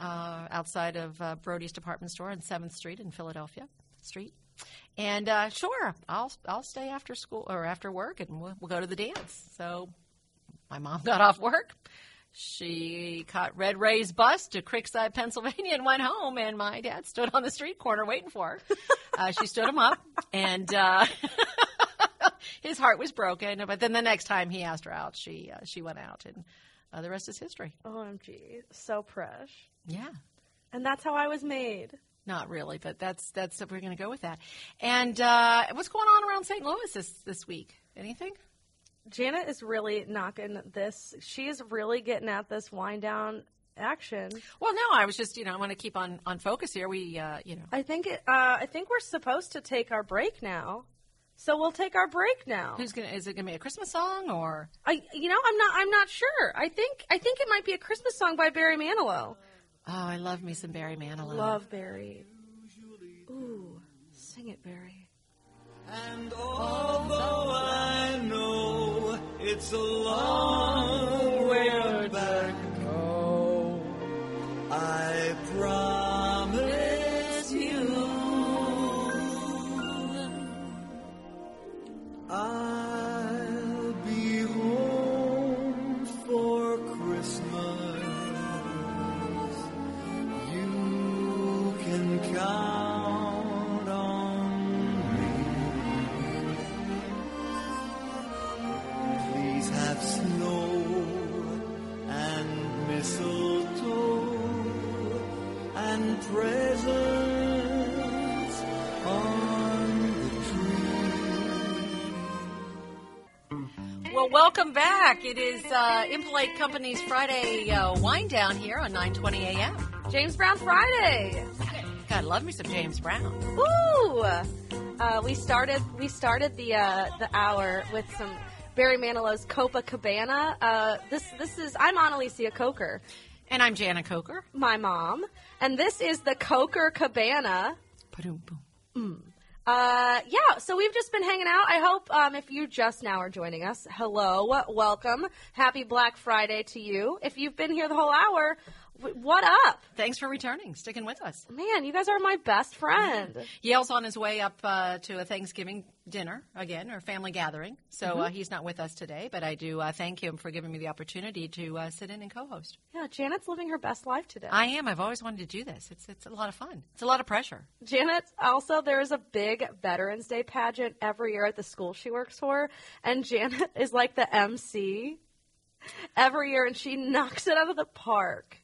Speaker 2: uh, outside of uh, Brody's department store on Seventh Street in Philadelphia Street. And uh, sure, I'll I'll stay after school or after work, and we'll, we'll go to the dance. So my mom got off work. She caught Red Ray's bus to Creekside, Pennsylvania, and went home. And my dad stood on the street corner waiting for her. Uh, she stood him up, and uh, his heart was broken. But then the next time he asked her out, she uh, she went out, and uh, the rest is history.
Speaker 1: OMG. So fresh.
Speaker 2: Yeah,
Speaker 1: And that's how I was made.
Speaker 2: not really, but that's that's we're going to go with that. And uh, what's going on around St. Louis this this week? Anything?
Speaker 1: Janet is really knocking this. She is really getting at this wind down action.
Speaker 2: Well, no, I was just you know I want to keep on on focus here. We uh, you know
Speaker 1: I think it, uh, I think we're supposed to take our break now. So we'll take our break now.
Speaker 2: who's gonna is it gonna be a Christmas song or?
Speaker 1: I you know, I'm not I'm not sure. I think I think it might be a Christmas song by Barry Manilow.
Speaker 2: Oh, I love me some Barry Manilow.
Speaker 1: Love Barry. Ooh, sing it Barry.
Speaker 3: And although I know it's a long way back, oh, I promise you I'll be home for Christmas. You can count on me. Please have snow and mistletoe and presents on the tree.
Speaker 2: Well, welcome back. It is uh, Impolite Company's Friday uh, wind down here on 9:20 a.m.
Speaker 1: James Brown Friday.
Speaker 2: God, love me some James Brown.
Speaker 1: Woo! Uh, we started we started the uh, the hour with some Barry Manilow's Copacabana. Uh, this this is I'm Annalisa Coker,
Speaker 2: And I'm Jana Coker.
Speaker 1: my mom, and this is the Coker Cabana.
Speaker 2: Ba-doom, boom.
Speaker 1: Uh, yeah, so we've just been hanging out. I hope um, if you just now are joining us, hello, welcome, happy Black Friday to you. If you've been here the whole hour, w- what up,
Speaker 2: Thanks for returning, sticking with us.
Speaker 1: man? You guys are my best friend.
Speaker 2: Yale's on his way up uh, to a Thanksgiving dinner again, or family gathering. So uh, he's not with us today, but I do uh, thank him for giving me the opportunity to uh, sit in and co-host.
Speaker 1: Yeah, Janet's living her best life today.
Speaker 2: I am. I've always wanted to do this. It's it's a lot of fun. It's a lot of pressure.
Speaker 1: Janet, also, there is a big Veterans Day pageant every year at the school she works for, and Janet is like the MC every year, and she knocks it out of the park.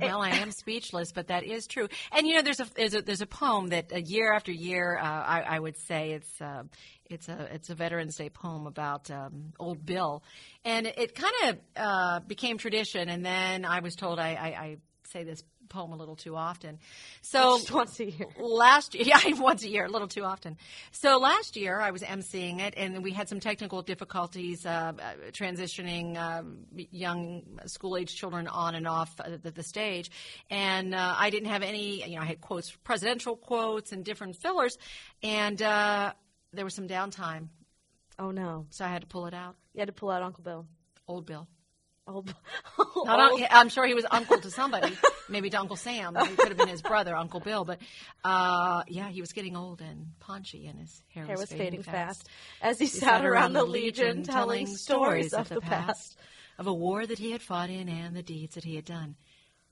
Speaker 2: Well, I am speechless, but that is true. And you know, there's a there's a, there's a poem that uh, year after year, uh, I, I would say it's uh, it's a it's a Veterans Day poem about um, Old Bill, and it kind of uh, became tradition. And then I was told I, I, I say this poem a little too often, so
Speaker 1: Just once a year.
Speaker 2: last year, yeah, once a year, a little too often. So last year I was emceeing it, and we had some technical difficulties uh, uh, transitioning um, young school-age children on and off uh, the, the stage, and uh, I didn't have any. You know, I had quotes, presidential quotes, and different fillers, and uh, there was some downtime,
Speaker 1: Oh, no.
Speaker 2: so I had to pull it out.
Speaker 1: You had to pull out Uncle Bill. Oh,
Speaker 2: Old Bill.
Speaker 1: Old,
Speaker 2: Not
Speaker 1: old-
Speaker 2: un- I'm sure he was uncle to somebody, maybe to Uncle Sam. He could have been his brother, Uncle Bill. But uh, yeah, he was getting old and paunchy, and his hair,
Speaker 1: hair was fading fast as he sat around the Legion telling stories of the past.
Speaker 2: of a war that he had fought in and the deeds that he had done.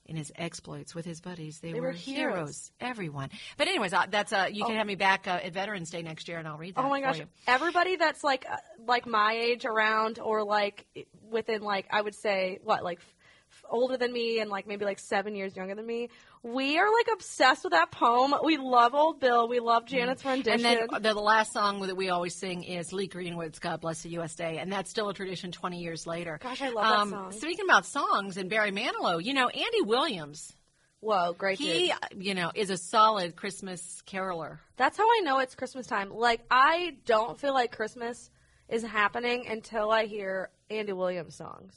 Speaker 2: In his exploits with his buddies, they,
Speaker 1: were
Speaker 2: were,
Speaker 1: heroes.
Speaker 2: heroes. Everyone, but anyways, uh, that's uh, you can have me back uh, at Veterans Day next year, and I'll read that.
Speaker 1: Oh my
Speaker 2: for
Speaker 1: gosh!
Speaker 2: you.
Speaker 1: Everybody that's like uh, like my age around, or like within like I would say what like f- f- older than me, and like maybe like seven years younger than me. We are like obsessed with that poem. We love Old Bill. We love Janet's rendition.
Speaker 2: And then the, the last song that we always sing is Lee Greenwood's God Bless the USA, and that's still a tradition 20 years later.
Speaker 1: Gosh, I love that
Speaker 2: Um,
Speaker 1: song.
Speaker 2: Speaking about songs and Barry Manilow, you know, Andy Williams,
Speaker 1: Whoa, great
Speaker 2: he,
Speaker 1: dude!
Speaker 2: uh, you know, is a solid Christmas caroler.
Speaker 1: That's how I know it's Christmas time. Like I don't feel like Christmas is happening until I hear Andy Williams songs.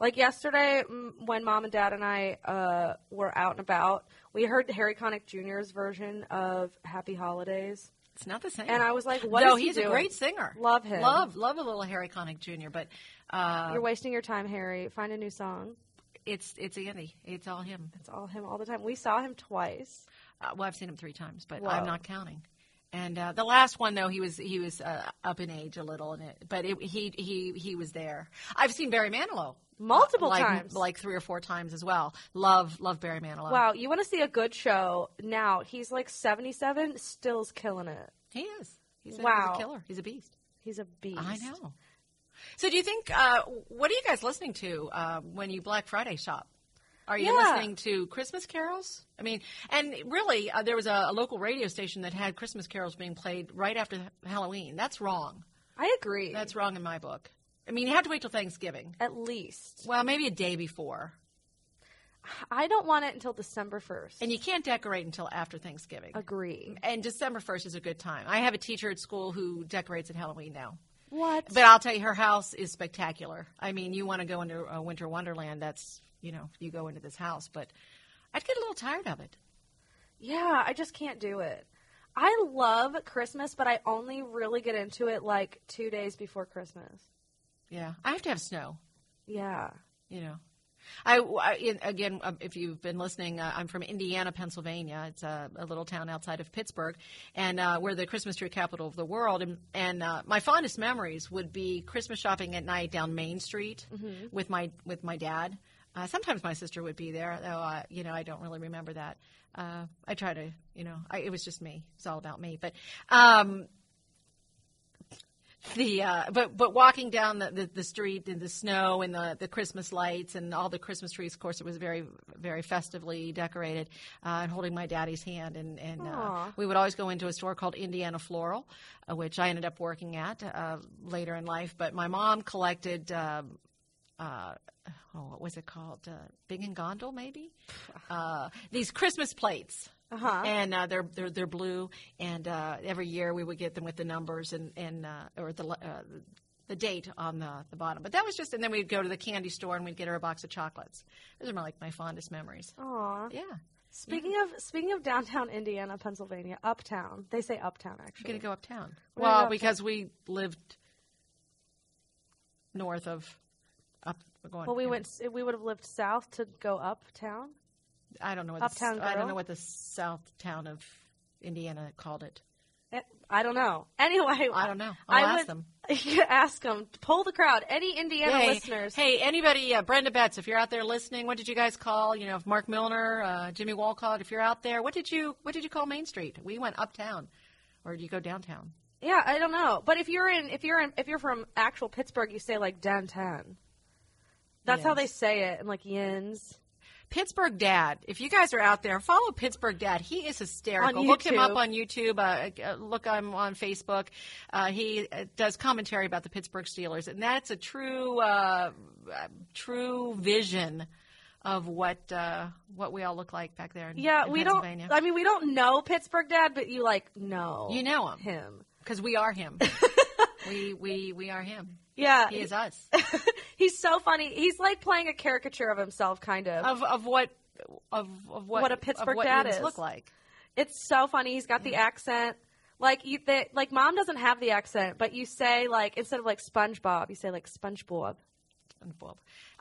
Speaker 1: Like yesterday, m- when mom and dad and I uh, were out and about, we heard Harry Connick Jr.'s version of Happy Holidays.
Speaker 2: It's not the same.
Speaker 1: And I was like, what
Speaker 2: Though
Speaker 1: is he
Speaker 2: he's a
Speaker 1: doing?
Speaker 2: great singer.
Speaker 1: Love him.
Speaker 2: Love, love a little Harry Connick Jr. But uh,
Speaker 1: You're wasting your time, Harry. Find a new song.
Speaker 2: it's it's Andy. It's all him.
Speaker 1: It's all him all the time. We saw him twice.
Speaker 2: Uh, well, I've seen him three times, but
Speaker 1: Whoa.
Speaker 2: I'm not counting. And uh, the last one, though, he was he was uh, up in age a little, and it, but it, he he he was there. I've seen Barry Manilow uh,
Speaker 1: Multiple
Speaker 2: like,
Speaker 1: times.
Speaker 2: like three or four times as well. Love love Barry Manilow.
Speaker 1: Wow, you want to see a good show now? He's like 77, still's killing it.
Speaker 2: he is. He's a, he's a
Speaker 1: Wow.
Speaker 2: killer. He's a beast.
Speaker 1: He's a beast.
Speaker 2: I know. So, do you think uh, what are you guys listening to uh, when you Black Friday shop? Are you
Speaker 1: Yeah.
Speaker 2: listening to Christmas carols? I mean, and really, uh, there was a, a local radio station that had Christmas carols being played right after Halloween. That's wrong.
Speaker 1: I agree.
Speaker 2: That's wrong in my book. I mean, you have to wait till Thanksgiving.
Speaker 1: at least.
Speaker 2: Well, maybe a day before,
Speaker 1: I don't want it until December 1st.
Speaker 2: and you can't decorate until after Thanksgiving.
Speaker 1: agree.
Speaker 2: And December first is a good time. I have a teacher at school who decorates at Halloween now.
Speaker 1: What?
Speaker 2: But I'll tell you, her house is spectacular. I mean, you want to go into a winter wonderland. That's you know, you go into this house, but I'd get a little tired of it.
Speaker 1: yeah, I just can't do it. I love Christmas, but I only really get into it like two days before Christmas.
Speaker 2: Yeah, I have to have snow.
Speaker 1: Yeah.
Speaker 2: You know, I, I in, again, um, if you've been listening, uh, I'm from Indiana, Pennsylvania. It's a, a little town outside of Pittsburgh, and uh, we're the Christmas tree capital of the world. And, and uh, my fondest memories would be Christmas shopping at night down Main Street with my with my dad. Uh, sometimes my sister would be there, though. Uh, you know, I don't really remember that. Uh, I try to, you know, I, it was just me. It's all about me. But um, the uh, but but walking down the, the, the street in the snow and the, the Christmas lights and all the Christmas trees. Of course, it was very very festively decorated, uh, and holding my daddy's hand. And and uh,
Speaker 1: Aw.
Speaker 2: we would always go into a store called Indiana Floral, uh, which I ended up working at uh, later in life. But my mom collected. Uh, uh, oh, what was it called? Uh, Bing and Gondel, maybe. Uh, these Christmas plates
Speaker 1: Uh-huh.
Speaker 2: and uh, they're they're they're blue. And uh, every year we would get them with the numbers and and uh, or the. Uh, the date on the, the bottom, but that was just, and then we'd go to the candy store and we'd get her a box of chocolates. Those are my, like my fondest memories.
Speaker 1: Uh-huh. Aw.
Speaker 2: Yeah, I'm
Speaker 1: Speaking of speaking of downtown Indiana, Pennsylvania, uptown. They say uptown actually.
Speaker 2: gonna go uptown.
Speaker 1: We're gonna
Speaker 2: Well,
Speaker 1: go uptown.
Speaker 2: because we lived north of up. We're going.
Speaker 1: Well, we went. We would have lived south to go uptown.
Speaker 2: I don't know what
Speaker 1: uptown
Speaker 2: The, I
Speaker 1: girl?
Speaker 2: don't know what the south town of Indiana called it.
Speaker 1: Eh, I don't know. Anyway,
Speaker 2: I don't know. I'll
Speaker 1: I
Speaker 2: ask
Speaker 1: would-
Speaker 2: them.
Speaker 1: You ask them. Poll the crowd. Any Indiana
Speaker 2: hey,
Speaker 1: listeners?
Speaker 2: Hey, anybody, uh, Brenda Betts, if you're out there listening, what did you guys call? You know, if Mark Milner, uh, Jimmy Walcott, if you're out there, what did you what did you call Main Street? We went uptown, or did you go downtown?
Speaker 1: Yeah, I don't know. But if you're in, if you're in, if you're from actual Pittsburgh, you say like downtown. That's how
Speaker 2: Yes.
Speaker 1: they say it, and like yins.
Speaker 2: Pittsburgh Dad. If you guys are out there, follow Pittsburgh Dad. He is hysterical.
Speaker 1: On
Speaker 2: Look him
Speaker 1: YouTube.
Speaker 2: up on YouTube. Uh, uh, look him on Facebook. Uh, he uh, does commentary about the Pittsburgh Steelers, and that's a true, uh, uh, true vision of what uh, what we all look like back there. In,
Speaker 1: Yeah,
Speaker 2: in
Speaker 1: we don't.
Speaker 2: Pennsylvania.
Speaker 1: I mean, we don't know Pittsburgh dad, but you like know
Speaker 2: You know him.
Speaker 1: him.
Speaker 2: because we are him. we we we are him.
Speaker 1: Yeah,
Speaker 2: He is us.
Speaker 1: he's so funny. He's like playing a caricature of himself, kind of.
Speaker 2: Of of what of of what
Speaker 1: What a
Speaker 2: of
Speaker 1: Pittsburgh
Speaker 2: what
Speaker 1: dad
Speaker 2: humans
Speaker 1: is.
Speaker 2: look like.
Speaker 1: It's so funny. He's got the
Speaker 2: Mm-hmm.
Speaker 1: accent. Like you, they, like mom doesn't have the accent, but you say like instead of like SpongeBob, you say like SpongeBob
Speaker 2: And Bob.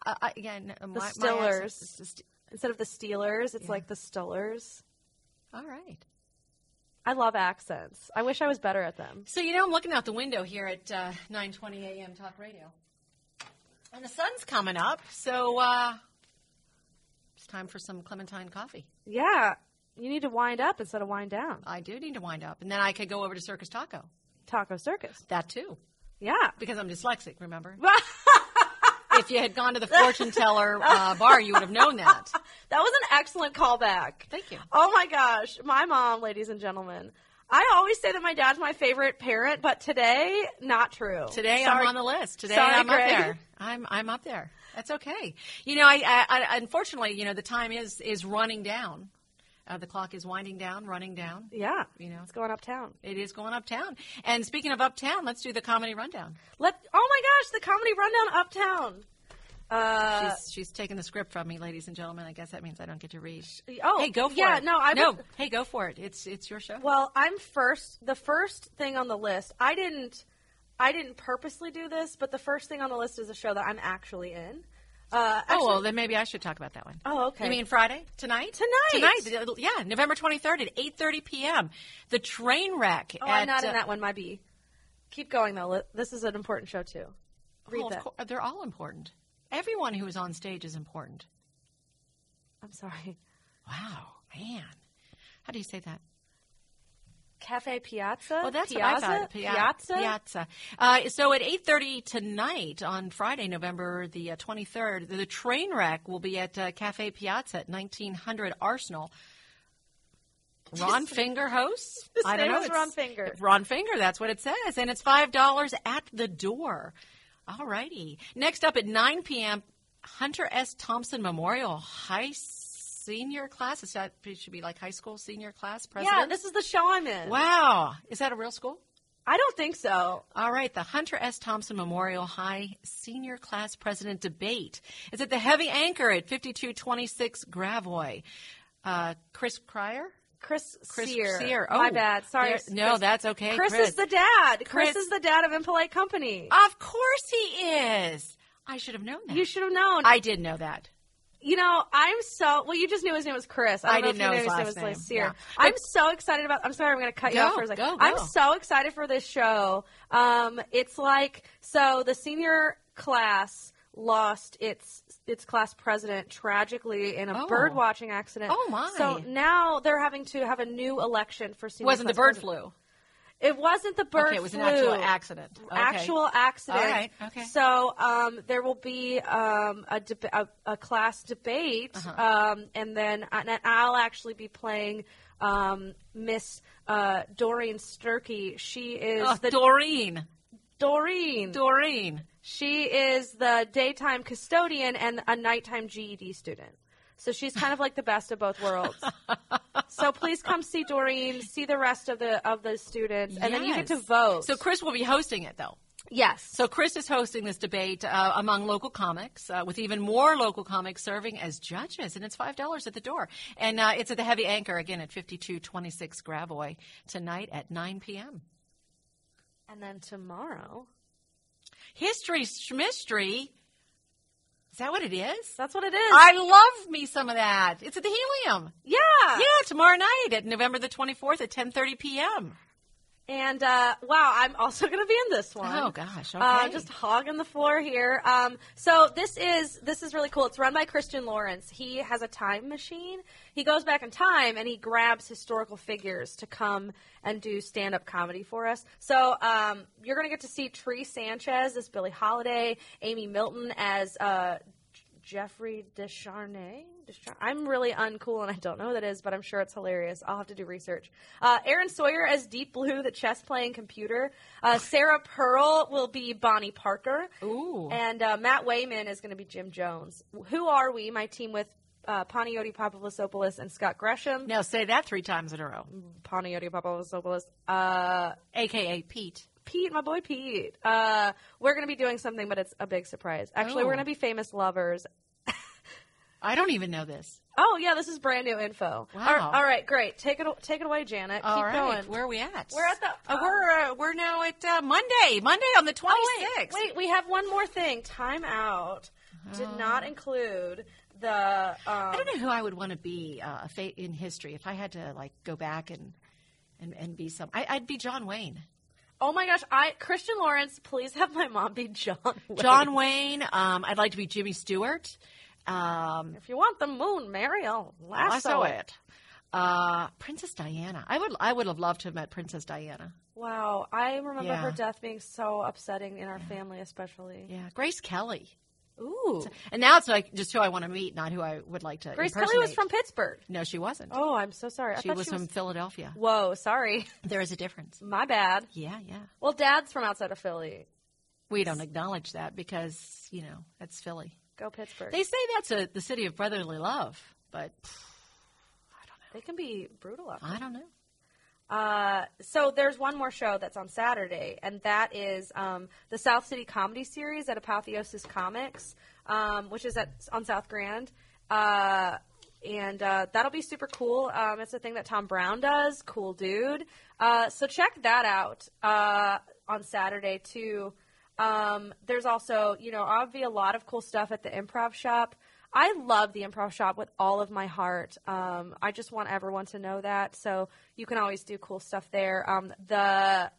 Speaker 2: Uh, I- again, my, my accent
Speaker 1: Stillers.
Speaker 2: is just-
Speaker 1: instead of the Steelers. It's like the Stillers.
Speaker 2: all right.
Speaker 1: I love accents. I wish I was better at them.
Speaker 2: So you know, I'm looking out the window here at uh, 9:20 a.m. Talk Radio, and the sun's coming up. So uh, it's time for some clementine coffee.
Speaker 1: Yeah, you need to wind up instead of wind down.
Speaker 2: I do need to wind up, and then I could go over to Circus Taco.
Speaker 1: Taco Circus.
Speaker 2: That too,
Speaker 1: Yeah.
Speaker 2: because I'm dyslexic. Remember. if you had gone to the fortune teller uh, bar, you would have known that.
Speaker 1: That was an excellent callback.
Speaker 2: Thank you.
Speaker 1: Oh my gosh, my mom, ladies and gentlemen. I always say that my dad's my favorite parent, but today, not true.
Speaker 2: Today
Speaker 1: Sorry.
Speaker 2: I'm on the list. Today
Speaker 1: Sorry,
Speaker 2: I'm
Speaker 1: Greg.
Speaker 2: up there. I'm I'm up there. That's okay. You know, I, I, I unfortunately, you know, the time is is running down. Uh, the clock is winding down, running down.
Speaker 1: Yeah,
Speaker 2: You know.
Speaker 1: it's going uptown.
Speaker 2: It is going uptown. And speaking of uptown, let's do the comedy rundown.
Speaker 1: Let oh my gosh, the comedy rundown uptown. Uh,
Speaker 2: she's, she's taking the script from me, ladies and gentlemen. I guess that means I don't get to read.
Speaker 1: oh,
Speaker 2: hey, go for
Speaker 1: yeah,
Speaker 2: it.
Speaker 1: no, I
Speaker 2: no.
Speaker 1: would-
Speaker 2: Hey, go for it. It's it's your show.
Speaker 1: Well, I'm first. The first thing on the list, I didn't, I didn't purposely do this, but the first thing on the list is a show that I'm actually in. Uh, actually,
Speaker 2: oh well, then maybe I should talk about that one.
Speaker 1: Oh, okay.
Speaker 2: You mean Friday tonight?
Speaker 1: Tonight.
Speaker 2: Tonight. Yeah, November twenty third at eight thirty p.m. The train wreck.
Speaker 1: oh,
Speaker 2: at,
Speaker 1: I'm not
Speaker 2: uh,
Speaker 1: in that one. My B. Keep going though. Li- This is an important show too. Read
Speaker 2: well, Oh, of
Speaker 1: that.
Speaker 2: cour- they're all important. Everyone who is on stage is important.
Speaker 1: I'm sorry.
Speaker 2: Wow, man. How do you say that?
Speaker 1: Cafe Piazza.
Speaker 2: Well, that's
Speaker 1: Piazza?
Speaker 2: what I thought. Pia-
Speaker 1: Piazza.
Speaker 2: Piazza. Uh, so at 8.30 tonight on Friday, November the uh, 23rd, the train wreck will be at uh, Cafe Piazza at 1900 Arsenal. Ron Finger hosts.
Speaker 1: His
Speaker 2: I don't
Speaker 1: name
Speaker 2: know.
Speaker 1: is
Speaker 2: it's-
Speaker 1: Ron Finger.
Speaker 2: Ron Finger, that's what it says. And it's $5 at the door. All righty. Next up at 9 p.m., Hunter S. Thompson Memorial High Senior Class. Is that, it should be like high school senior class president.
Speaker 1: Yeah, this is the show I'm in.
Speaker 2: Wow. Is that a real school?
Speaker 1: I don't think so.
Speaker 2: All right, the Hunter S. Thompson Memorial High Senior Class President Debate is at the Heavy Anchor at 5226 Gravoy. Uh, Chris Cryer?
Speaker 1: Chris,
Speaker 2: Chris
Speaker 1: Sear.
Speaker 2: Sear.
Speaker 1: My
Speaker 2: Oh,
Speaker 1: bad. Sorry.
Speaker 2: there- no,
Speaker 1: Chris-
Speaker 2: that's okay,
Speaker 1: Chris,
Speaker 2: Chris.
Speaker 1: is the dad. Chris,
Speaker 2: Chris- Ah.
Speaker 1: is the dad of Impolite Company.
Speaker 2: Of course he is. I should have known that.
Speaker 1: you should have known.
Speaker 2: I did know that.
Speaker 1: You know, I'm so well. You just knew his name was Chris. I,
Speaker 2: I
Speaker 1: don't
Speaker 2: didn't
Speaker 1: know
Speaker 2: know
Speaker 1: if you
Speaker 2: his
Speaker 1: knew
Speaker 2: last
Speaker 1: his name was
Speaker 2: name.
Speaker 1: Sear.
Speaker 2: Yeah.
Speaker 1: I'm so excited about. I'm sorry, I'm going to cut you
Speaker 2: Go,
Speaker 1: off for a second.
Speaker 2: go, go.
Speaker 1: I'm so excited for this show. Um, it's like so the senior class lost its its class president tragically in a
Speaker 2: Oh.
Speaker 1: bird watching accident.
Speaker 2: Oh, my.
Speaker 1: So now they're having to have a new election for senior.
Speaker 2: Wasn't the
Speaker 1: class
Speaker 2: bird
Speaker 1: president.
Speaker 2: flu?
Speaker 1: It wasn't the bird
Speaker 2: okay, it was
Speaker 1: flu
Speaker 2: an actual accident. Okay.
Speaker 1: actual accident.
Speaker 2: All right, okay.
Speaker 1: So um, there will be um, a, deb- a a class debate,
Speaker 2: Uh-huh.
Speaker 1: um, and then and then I'll actually be playing um, Miss uh, Doreen Sturkey. She is
Speaker 2: Oh,
Speaker 1: the
Speaker 2: Doreen.
Speaker 1: Doreen.
Speaker 2: Doreen.
Speaker 1: she is the daytime custodian and a nighttime GED student. So she's kind of like the best of both worlds. so please come see Doreen, see the rest of the of the students, and then you get to
Speaker 2: Yes.
Speaker 1: vote.
Speaker 2: So Chris will be hosting it, though.
Speaker 1: yes.
Speaker 2: So Chris is hosting this debate uh, among local comics, uh, with even more local comics serving as judges, and it's five dollars at the door, and uh, it's at the Heavy Anchor again at fifty-two twenty-six Gravoy tonight at nine p.m.
Speaker 1: And then tomorrow,
Speaker 2: History mystery. Is that what it is?
Speaker 1: that's what it is.
Speaker 2: I love me some of that. It's at the Helium.
Speaker 1: yeah.
Speaker 2: Yeah, tomorrow night at November the twenty-fourth at ten thirty p.m.
Speaker 1: And uh, wow, I'm also going to be in this one.
Speaker 2: Oh gosh, okay.
Speaker 1: Uh, just hogging the floor here. Um, so this is this is really cool. It's run by Christian Lawrence. He has a time machine. He goes back in time and he grabs historical figures to come and do stand up comedy for us. So um, you're going to get to see Tree Sanchez as Billie Holiday, Amy Milton as uh, J- Jeffrey Descharnay. Deschar- I'm really uncool and I don't know who that is, but I'm sure it's hilarious. I'll have to do research. Uh, Aaron Sawyer as Deep Blue, the chess playing computer. Uh, Sarah Pearl will be Bonnie Parker.
Speaker 2: Ooh.
Speaker 1: And uh, Matt Wayman is going to be Jim Jones. Who are we? My team with uh, Panioti Papalasopoulos and Scott Gresham.
Speaker 2: now say that three times in a row,
Speaker 1: Panioti Papalasopoulos. Uh,
Speaker 2: aka Pete.
Speaker 1: Pete, my boy Pete. Uh, we're going to be doing something, but it's a big surprise. Actually,
Speaker 2: Oh.
Speaker 1: we're going to be famous lovers
Speaker 2: I don't even know this.
Speaker 1: Oh yeah, this is brand new info.
Speaker 2: Wow.
Speaker 1: All right, all right, great. Take it take it away, Janet.
Speaker 2: All
Speaker 1: Keep
Speaker 2: right,
Speaker 1: going.
Speaker 2: Where are we at?
Speaker 1: We're at the-
Speaker 2: Uh, we're uh, we're now at uh, Monday. Monday on the twenty
Speaker 1: Oh, wait,
Speaker 2: sixth.
Speaker 1: wait, we have one more thing. Time out did
Speaker 2: Uh-huh.
Speaker 1: not include the. Um,
Speaker 2: I don't know who I would want to be uh, a fa- in history if I had to like go back and and, and be some. I, I'd be John Wayne.
Speaker 1: oh my gosh, I Christian Lawrence. Please have my mom be John. Wayne.
Speaker 2: John Wayne. Um, I'd like to be Jimmy Stewart. Um,
Speaker 1: If you want the moon, Mary, I'll lasso
Speaker 2: I saw it. Uh, Princess Diana. I would I would have loved to have met Princess Diana.
Speaker 1: Wow, I remember
Speaker 2: Yeah.
Speaker 1: her death being so upsetting in our family, especially.
Speaker 2: Yeah, Grace Kelly.
Speaker 1: Ooh,
Speaker 2: And now it's like just who I want to meet, not who I would like to.
Speaker 1: Grace Kelly was
Speaker 2: impersonate.
Speaker 1: from Pittsburgh.
Speaker 2: No, she wasn't.
Speaker 1: Oh, I'm so sorry. I
Speaker 2: she
Speaker 1: thought
Speaker 2: was
Speaker 1: she
Speaker 2: from
Speaker 1: was.
Speaker 2: Philadelphia.
Speaker 1: Whoa, sorry.
Speaker 2: There is a difference.
Speaker 1: My bad.
Speaker 2: Yeah, yeah.
Speaker 1: Well, Dad's from outside of Philly.
Speaker 2: We don't acknowledge that because, you know, that's Philly.
Speaker 1: Go Pittsburgh.
Speaker 2: They
Speaker 1: They,
Speaker 2: say that's a, the city of brotherly love, but pff,
Speaker 1: can be brutal. Up there.
Speaker 2: I don't know.
Speaker 1: Uh, so there's one more show that's on Saturday, and that is um, the South City Comedy Series at Apotheosis Comics. um, which is at on South Grand. Uh, and uh, that'll be super cool. Um, it's a thing that Tom Brown does. Cool dude. Uh, so check that out uh, on Saturday too. Um, there's also, you know, obviously a lot of cool stuff at the Improv Shop. I love the Improv Shop with all of my heart. Um, I just want everyone to know that. So you can always do cool stuff there. Um, the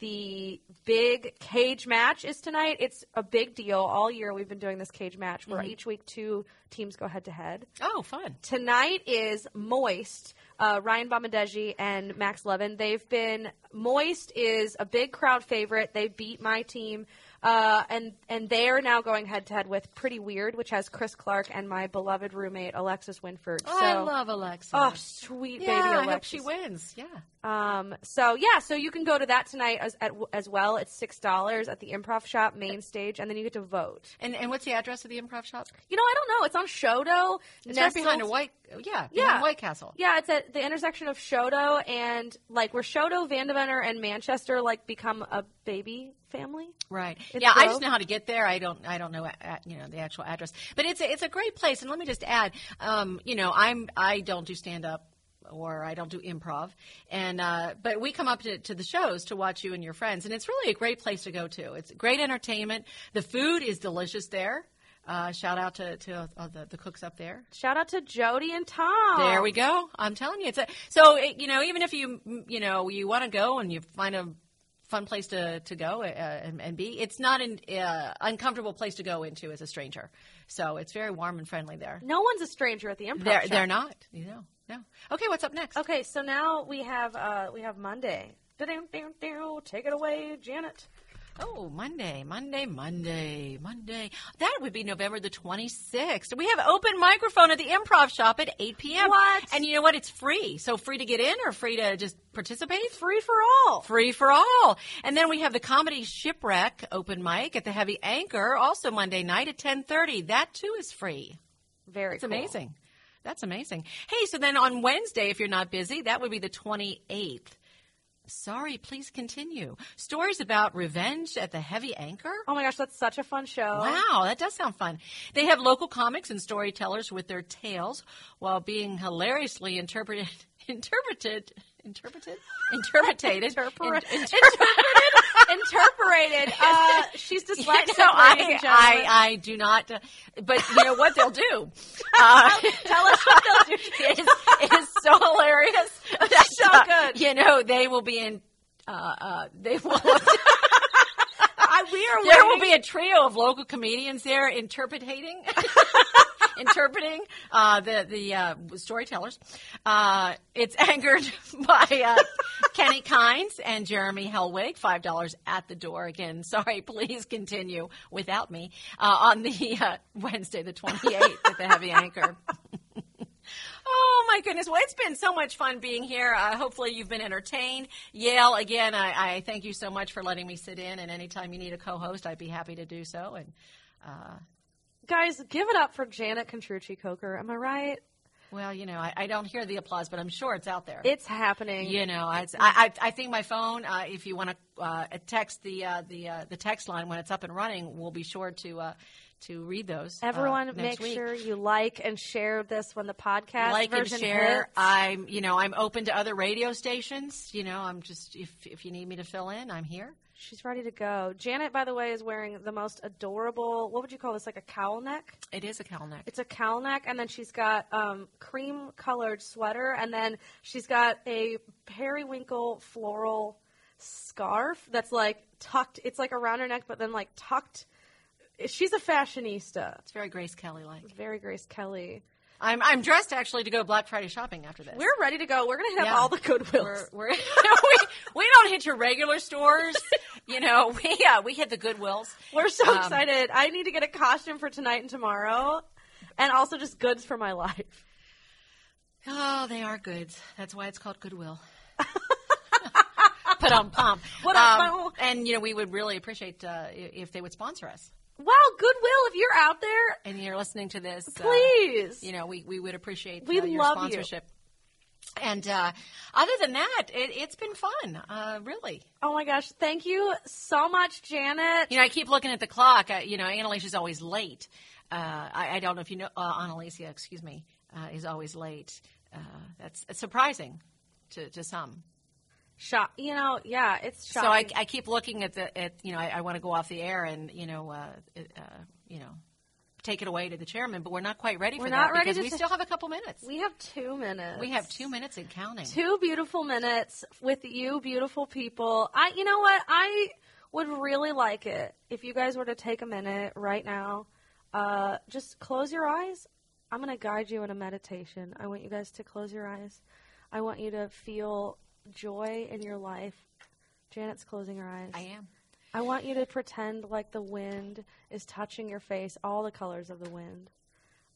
Speaker 1: the big cage match is tonight. It's a big deal. All year we've been doing this cage match where each week two teams go head to head.
Speaker 2: Oh, fun.
Speaker 1: Tonight is Moist, uh, Ryan Bomadeji and Max Levin. They've been Moist is a big crowd favorite. They beat my team, uh, and and they are now going head to head with Pretty Weird, which has Chris Clark and my beloved roommate Alexis Winford. So,
Speaker 2: I love Alexa.
Speaker 1: oh sweet
Speaker 2: yeah,
Speaker 1: baby Alexis.
Speaker 2: I hope she wins. Yeah.
Speaker 1: Um, so yeah, so you can go to that tonight as at, as well. It's six dollars at the Improv Shop main stage, and then you get to vote.
Speaker 2: And and what's the address of the improv shop?
Speaker 1: You know, I don't know. It's on Shodo.
Speaker 2: It's right behind a
Speaker 1: nestled-
Speaker 2: white. Yeah.
Speaker 1: Yeah.
Speaker 2: Behind White Castle.
Speaker 1: Yeah, it's at the intersection of Shodo and like where Shodo, Vandevener, and Manchester like become a baby family.
Speaker 2: Right.
Speaker 1: It's
Speaker 2: yeah, I
Speaker 1: Grove.
Speaker 2: just know how to get there. I don't. I don't know. a- a- You know the actual address, but it's a, it's a great place. And let me just add, um, you know, I'm I don't do stand up or I don't do improv, and uh, but we come up to, to the shows to watch you and your friends, and it's really a great place to go to. It's great entertainment. The food is delicious there. Uh, shout out to to all the, the cooks up there.
Speaker 1: Shout out to Jody and Tom.
Speaker 2: There we go. I'm telling you, it's a, so it, you know even if you mm, you know you want to go and you find a fun place to to go uh, and, and be, it's not an uh, uncomfortable place to go into as a stranger. So it's very warm and friendly there.
Speaker 1: No one's a stranger at the Improv
Speaker 2: They're
Speaker 1: Shop.
Speaker 2: they're not. You know. No. Okay. What's up next?
Speaker 1: Okay, so now we have uh we have Monday. Da-dam-dam-dam. Take it away, Janet.
Speaker 2: Oh, Monday, Monday, Monday, Monday. That would be November the 26th. We have open microphone at the improv shop at 8 p.m.
Speaker 1: What?
Speaker 2: And you know what? It's free. So free to get in or free to just participate?
Speaker 1: Free for all.
Speaker 2: Free for all. And then we have the comedy shipwreck open mic at the Heavy Anchor, also Monday night at ten thirty. That too is free.
Speaker 1: Very
Speaker 2: It's
Speaker 1: cool.
Speaker 2: amazing. That's amazing. Hey, so then on Wednesday, if you're not busy, that would be the twenty eighth. Sorry, please continue. Stories about revenge at the Heavy Anchor.
Speaker 1: Oh my gosh, that's such a fun show.
Speaker 2: Wow, that does sound fun. They have local comics and storytellers with their tales while being hilariously interpreted, interpreted, interpreted, interpreted,
Speaker 1: Interpret-
Speaker 2: in- inter-
Speaker 1: Interpreted. Uh, she's
Speaker 2: You know,
Speaker 1: dyslexic. ladies
Speaker 2: I,
Speaker 1: and
Speaker 2: I,
Speaker 1: gentlemen.
Speaker 2: I do not, but you know what they'll do uh,
Speaker 1: Tell us what they'll do.
Speaker 2: is, is so hilarious. That's
Speaker 1: so good.
Speaker 2: You know, they will be in, uh, uh, they will,
Speaker 1: I, we are
Speaker 2: there will
Speaker 1: waiting.
Speaker 2: be a trio of local comedians there interpreting, interpreting, uh, the, the, uh, storytellers. Uh, it's anchored by, uh, Kenny Kynes and Jeremy Helwig, $5 at the door. Again, sorry, please continue without me, uh, on the, uh, Wednesday, the 28th at the Heavy Anchor. Oh my goodness! Well, it's been so much fun being here. Uh, hopefully, you've been entertained. Yale, again, I, I thank you so much for letting me sit in. And anytime you need a co-host, I'd be happy to do so. And
Speaker 1: Guys, give it up for Janet Contrucci Coker. Am I right?
Speaker 2: well, you know, I, I don't hear the applause, but I'm sure it's out there.
Speaker 1: It's happening.
Speaker 2: you know, I, I, I think my phone. Uh, if you want to uh, text the uh, the uh, the text line when it's up and running, we'll be sure to uh, to read those. uh,
Speaker 1: Everyone,
Speaker 2: next
Speaker 1: make
Speaker 2: week.
Speaker 1: sure you like and share this when the podcast
Speaker 2: like and
Speaker 1: version
Speaker 2: share.
Speaker 1: hits.
Speaker 2: I'm, you know, I'm open to other radio stations. You know, I'm just if if you need me to fill in, I'm here.
Speaker 1: She's ready to go. Janet, by the way, is wearing the most adorable. What would you call this? Like a cowl neck?
Speaker 2: It is a cowl neck.
Speaker 1: It's a cowl neck, and then she's got um, cream colored sweater, and then she's got a periwinkle floral scarf that's like tucked. It's like around her neck, but then like tucked. She's a fashionista.
Speaker 2: It's very Grace Kelly like.
Speaker 1: Very Grace Kelly.
Speaker 2: I'm I'm dressed actually to go Black Friday shopping after this.
Speaker 1: We're ready to go. We're gonna hit
Speaker 2: Yeah.
Speaker 1: up all the Goodwills.
Speaker 2: we're, we're we, we don't hit your regular stores. you know, we uh, we hit the Goodwills.
Speaker 1: We're so
Speaker 2: Um,
Speaker 1: excited. I need to get a costume for tonight and tomorrow, and also just goods for my life.
Speaker 2: Oh, they are goods. That's why it's called Goodwill. Put on pump. Um,
Speaker 1: Put on pump.
Speaker 2: and you know, we would really appreciate uh, i- if they would sponsor us.
Speaker 1: Wow, Goodwill, if you're out there,
Speaker 2: And you're listening to this, uh,
Speaker 1: please.
Speaker 2: you know, we, we would appreciate
Speaker 1: We
Speaker 2: uh, your
Speaker 1: love you.
Speaker 2: sponsorship. And uh, other than that, it, it's been fun, uh, really.
Speaker 1: oh my gosh, thank you so much, Janet.
Speaker 2: You know, I keep looking at the clock. I, you know, Annalise is always late. uh, I, I don't know if you know uh, Annalisa, excuse me, uh, is always late. Uh, that's it's surprising to, to some.
Speaker 1: Shock. You know, yeah, it's
Speaker 2: So I,
Speaker 1: shocking.
Speaker 2: I keep looking at the at you know I, I want to go off the air and you know uh, it, uh, you know take it away to the chairman, but we're not quite ready
Speaker 1: We're
Speaker 2: for
Speaker 1: not
Speaker 2: that
Speaker 1: ready
Speaker 2: because
Speaker 1: to
Speaker 2: we
Speaker 1: say-
Speaker 2: still have a couple minutes. We,
Speaker 1: we have two minutes.
Speaker 2: have two minutes and counting.
Speaker 1: two beautiful minutes with you beautiful people i you know what i would really like it if you guys were to take a minute right now uh, just close your eyes i'm going to guide you in a meditation i want you guys to close your eyes i want you to feel joy in your life janet's closing her eyes
Speaker 2: I am.
Speaker 1: I want you to pretend like the wind is touching your face, all the colors of the wind.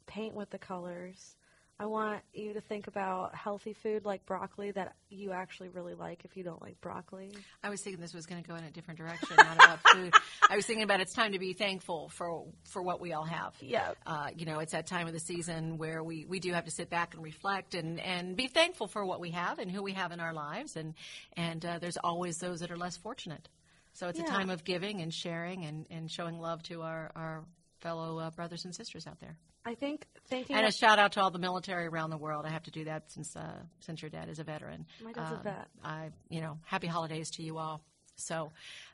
Speaker 1: Paint with the colors. I want you to think about healthy food like broccoli that you actually really like if you don't like broccoli.
Speaker 2: I was thinking this was going to go in a different direction, not about food. I was thinking about it's time to be thankful for for what we all have.
Speaker 1: Yeah.
Speaker 2: Uh, you know, it's that time of the season where we, we do have to sit back and reflect and, and be thankful for what we have and who we have in our lives. And, and uh, there's always those that are less fortunate. So it's
Speaker 1: Yeah.
Speaker 2: a time of giving and sharing and, and showing love to our, our fellow uh, brothers and sisters out there.
Speaker 1: I think thinking
Speaker 2: And a
Speaker 1: of-
Speaker 2: shout out to all the military around the world. I have to do that since uh, since your dad is a veteran. Um,
Speaker 1: My dad's a vet.
Speaker 2: I, you know, happy holidays to you all. So,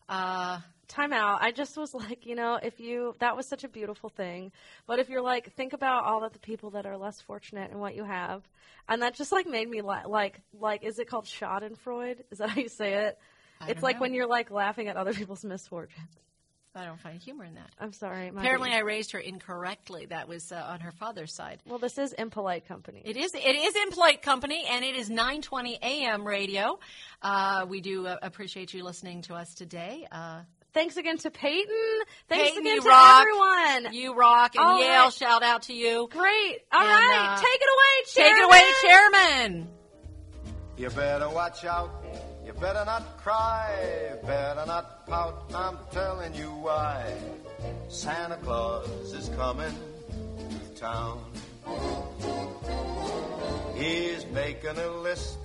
Speaker 2: uh,
Speaker 1: time out. I just was like, you know, if you that was such a beautiful thing, but if you're like, think about all of the people that are less fortunate and what you have, and that just like made me la- like like is it called Schadenfreude? Is that how you say it?
Speaker 2: I
Speaker 1: It's
Speaker 2: don't
Speaker 1: like
Speaker 2: know.
Speaker 1: when you're like laughing at other people's misfortunes.
Speaker 2: I don't find humor in that.
Speaker 1: I'm sorry. my
Speaker 2: Apparently,
Speaker 1: bad.
Speaker 2: I raised her incorrectly. That was uh, on her father's side.
Speaker 1: well, this is impolite company.
Speaker 2: It is it is Impolite Company, and it is 9:20 a.m. radio. Uh, we do uh, appreciate you listening to us today. Uh,
Speaker 1: Thanks again to Peyton. Thanks
Speaker 2: Peyton,
Speaker 1: again
Speaker 2: you
Speaker 1: to
Speaker 2: rock.
Speaker 1: everyone.
Speaker 2: you rock and
Speaker 1: All
Speaker 2: Yale.
Speaker 1: right.
Speaker 2: Shout out to you.
Speaker 1: Great. All
Speaker 2: And,
Speaker 1: right,
Speaker 2: uh,
Speaker 1: take it away,
Speaker 2: Take
Speaker 1: Chairman.
Speaker 2: it away, Chairman.
Speaker 4: You better watch out. You better not cry. Better not pout. I'm telling you why. Santa Claus is coming to town. He's making a list,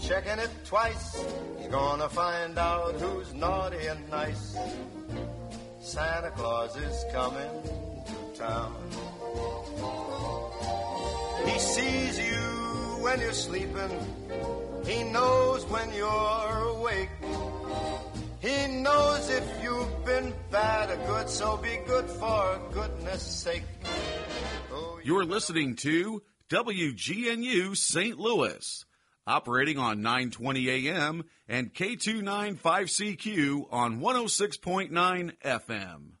Speaker 4: checking it twice. He's gonna find out who's naughty and nice. Santa Claus is coming to town. He sees you when you're sleeping. He knows when you're awake. He knows if you've been bad or good, so be good for goodness sake. Oh,
Speaker 5: You're listening to WGNU St. Louis, operating on 920 AM and K295CQ on 106.9 FM.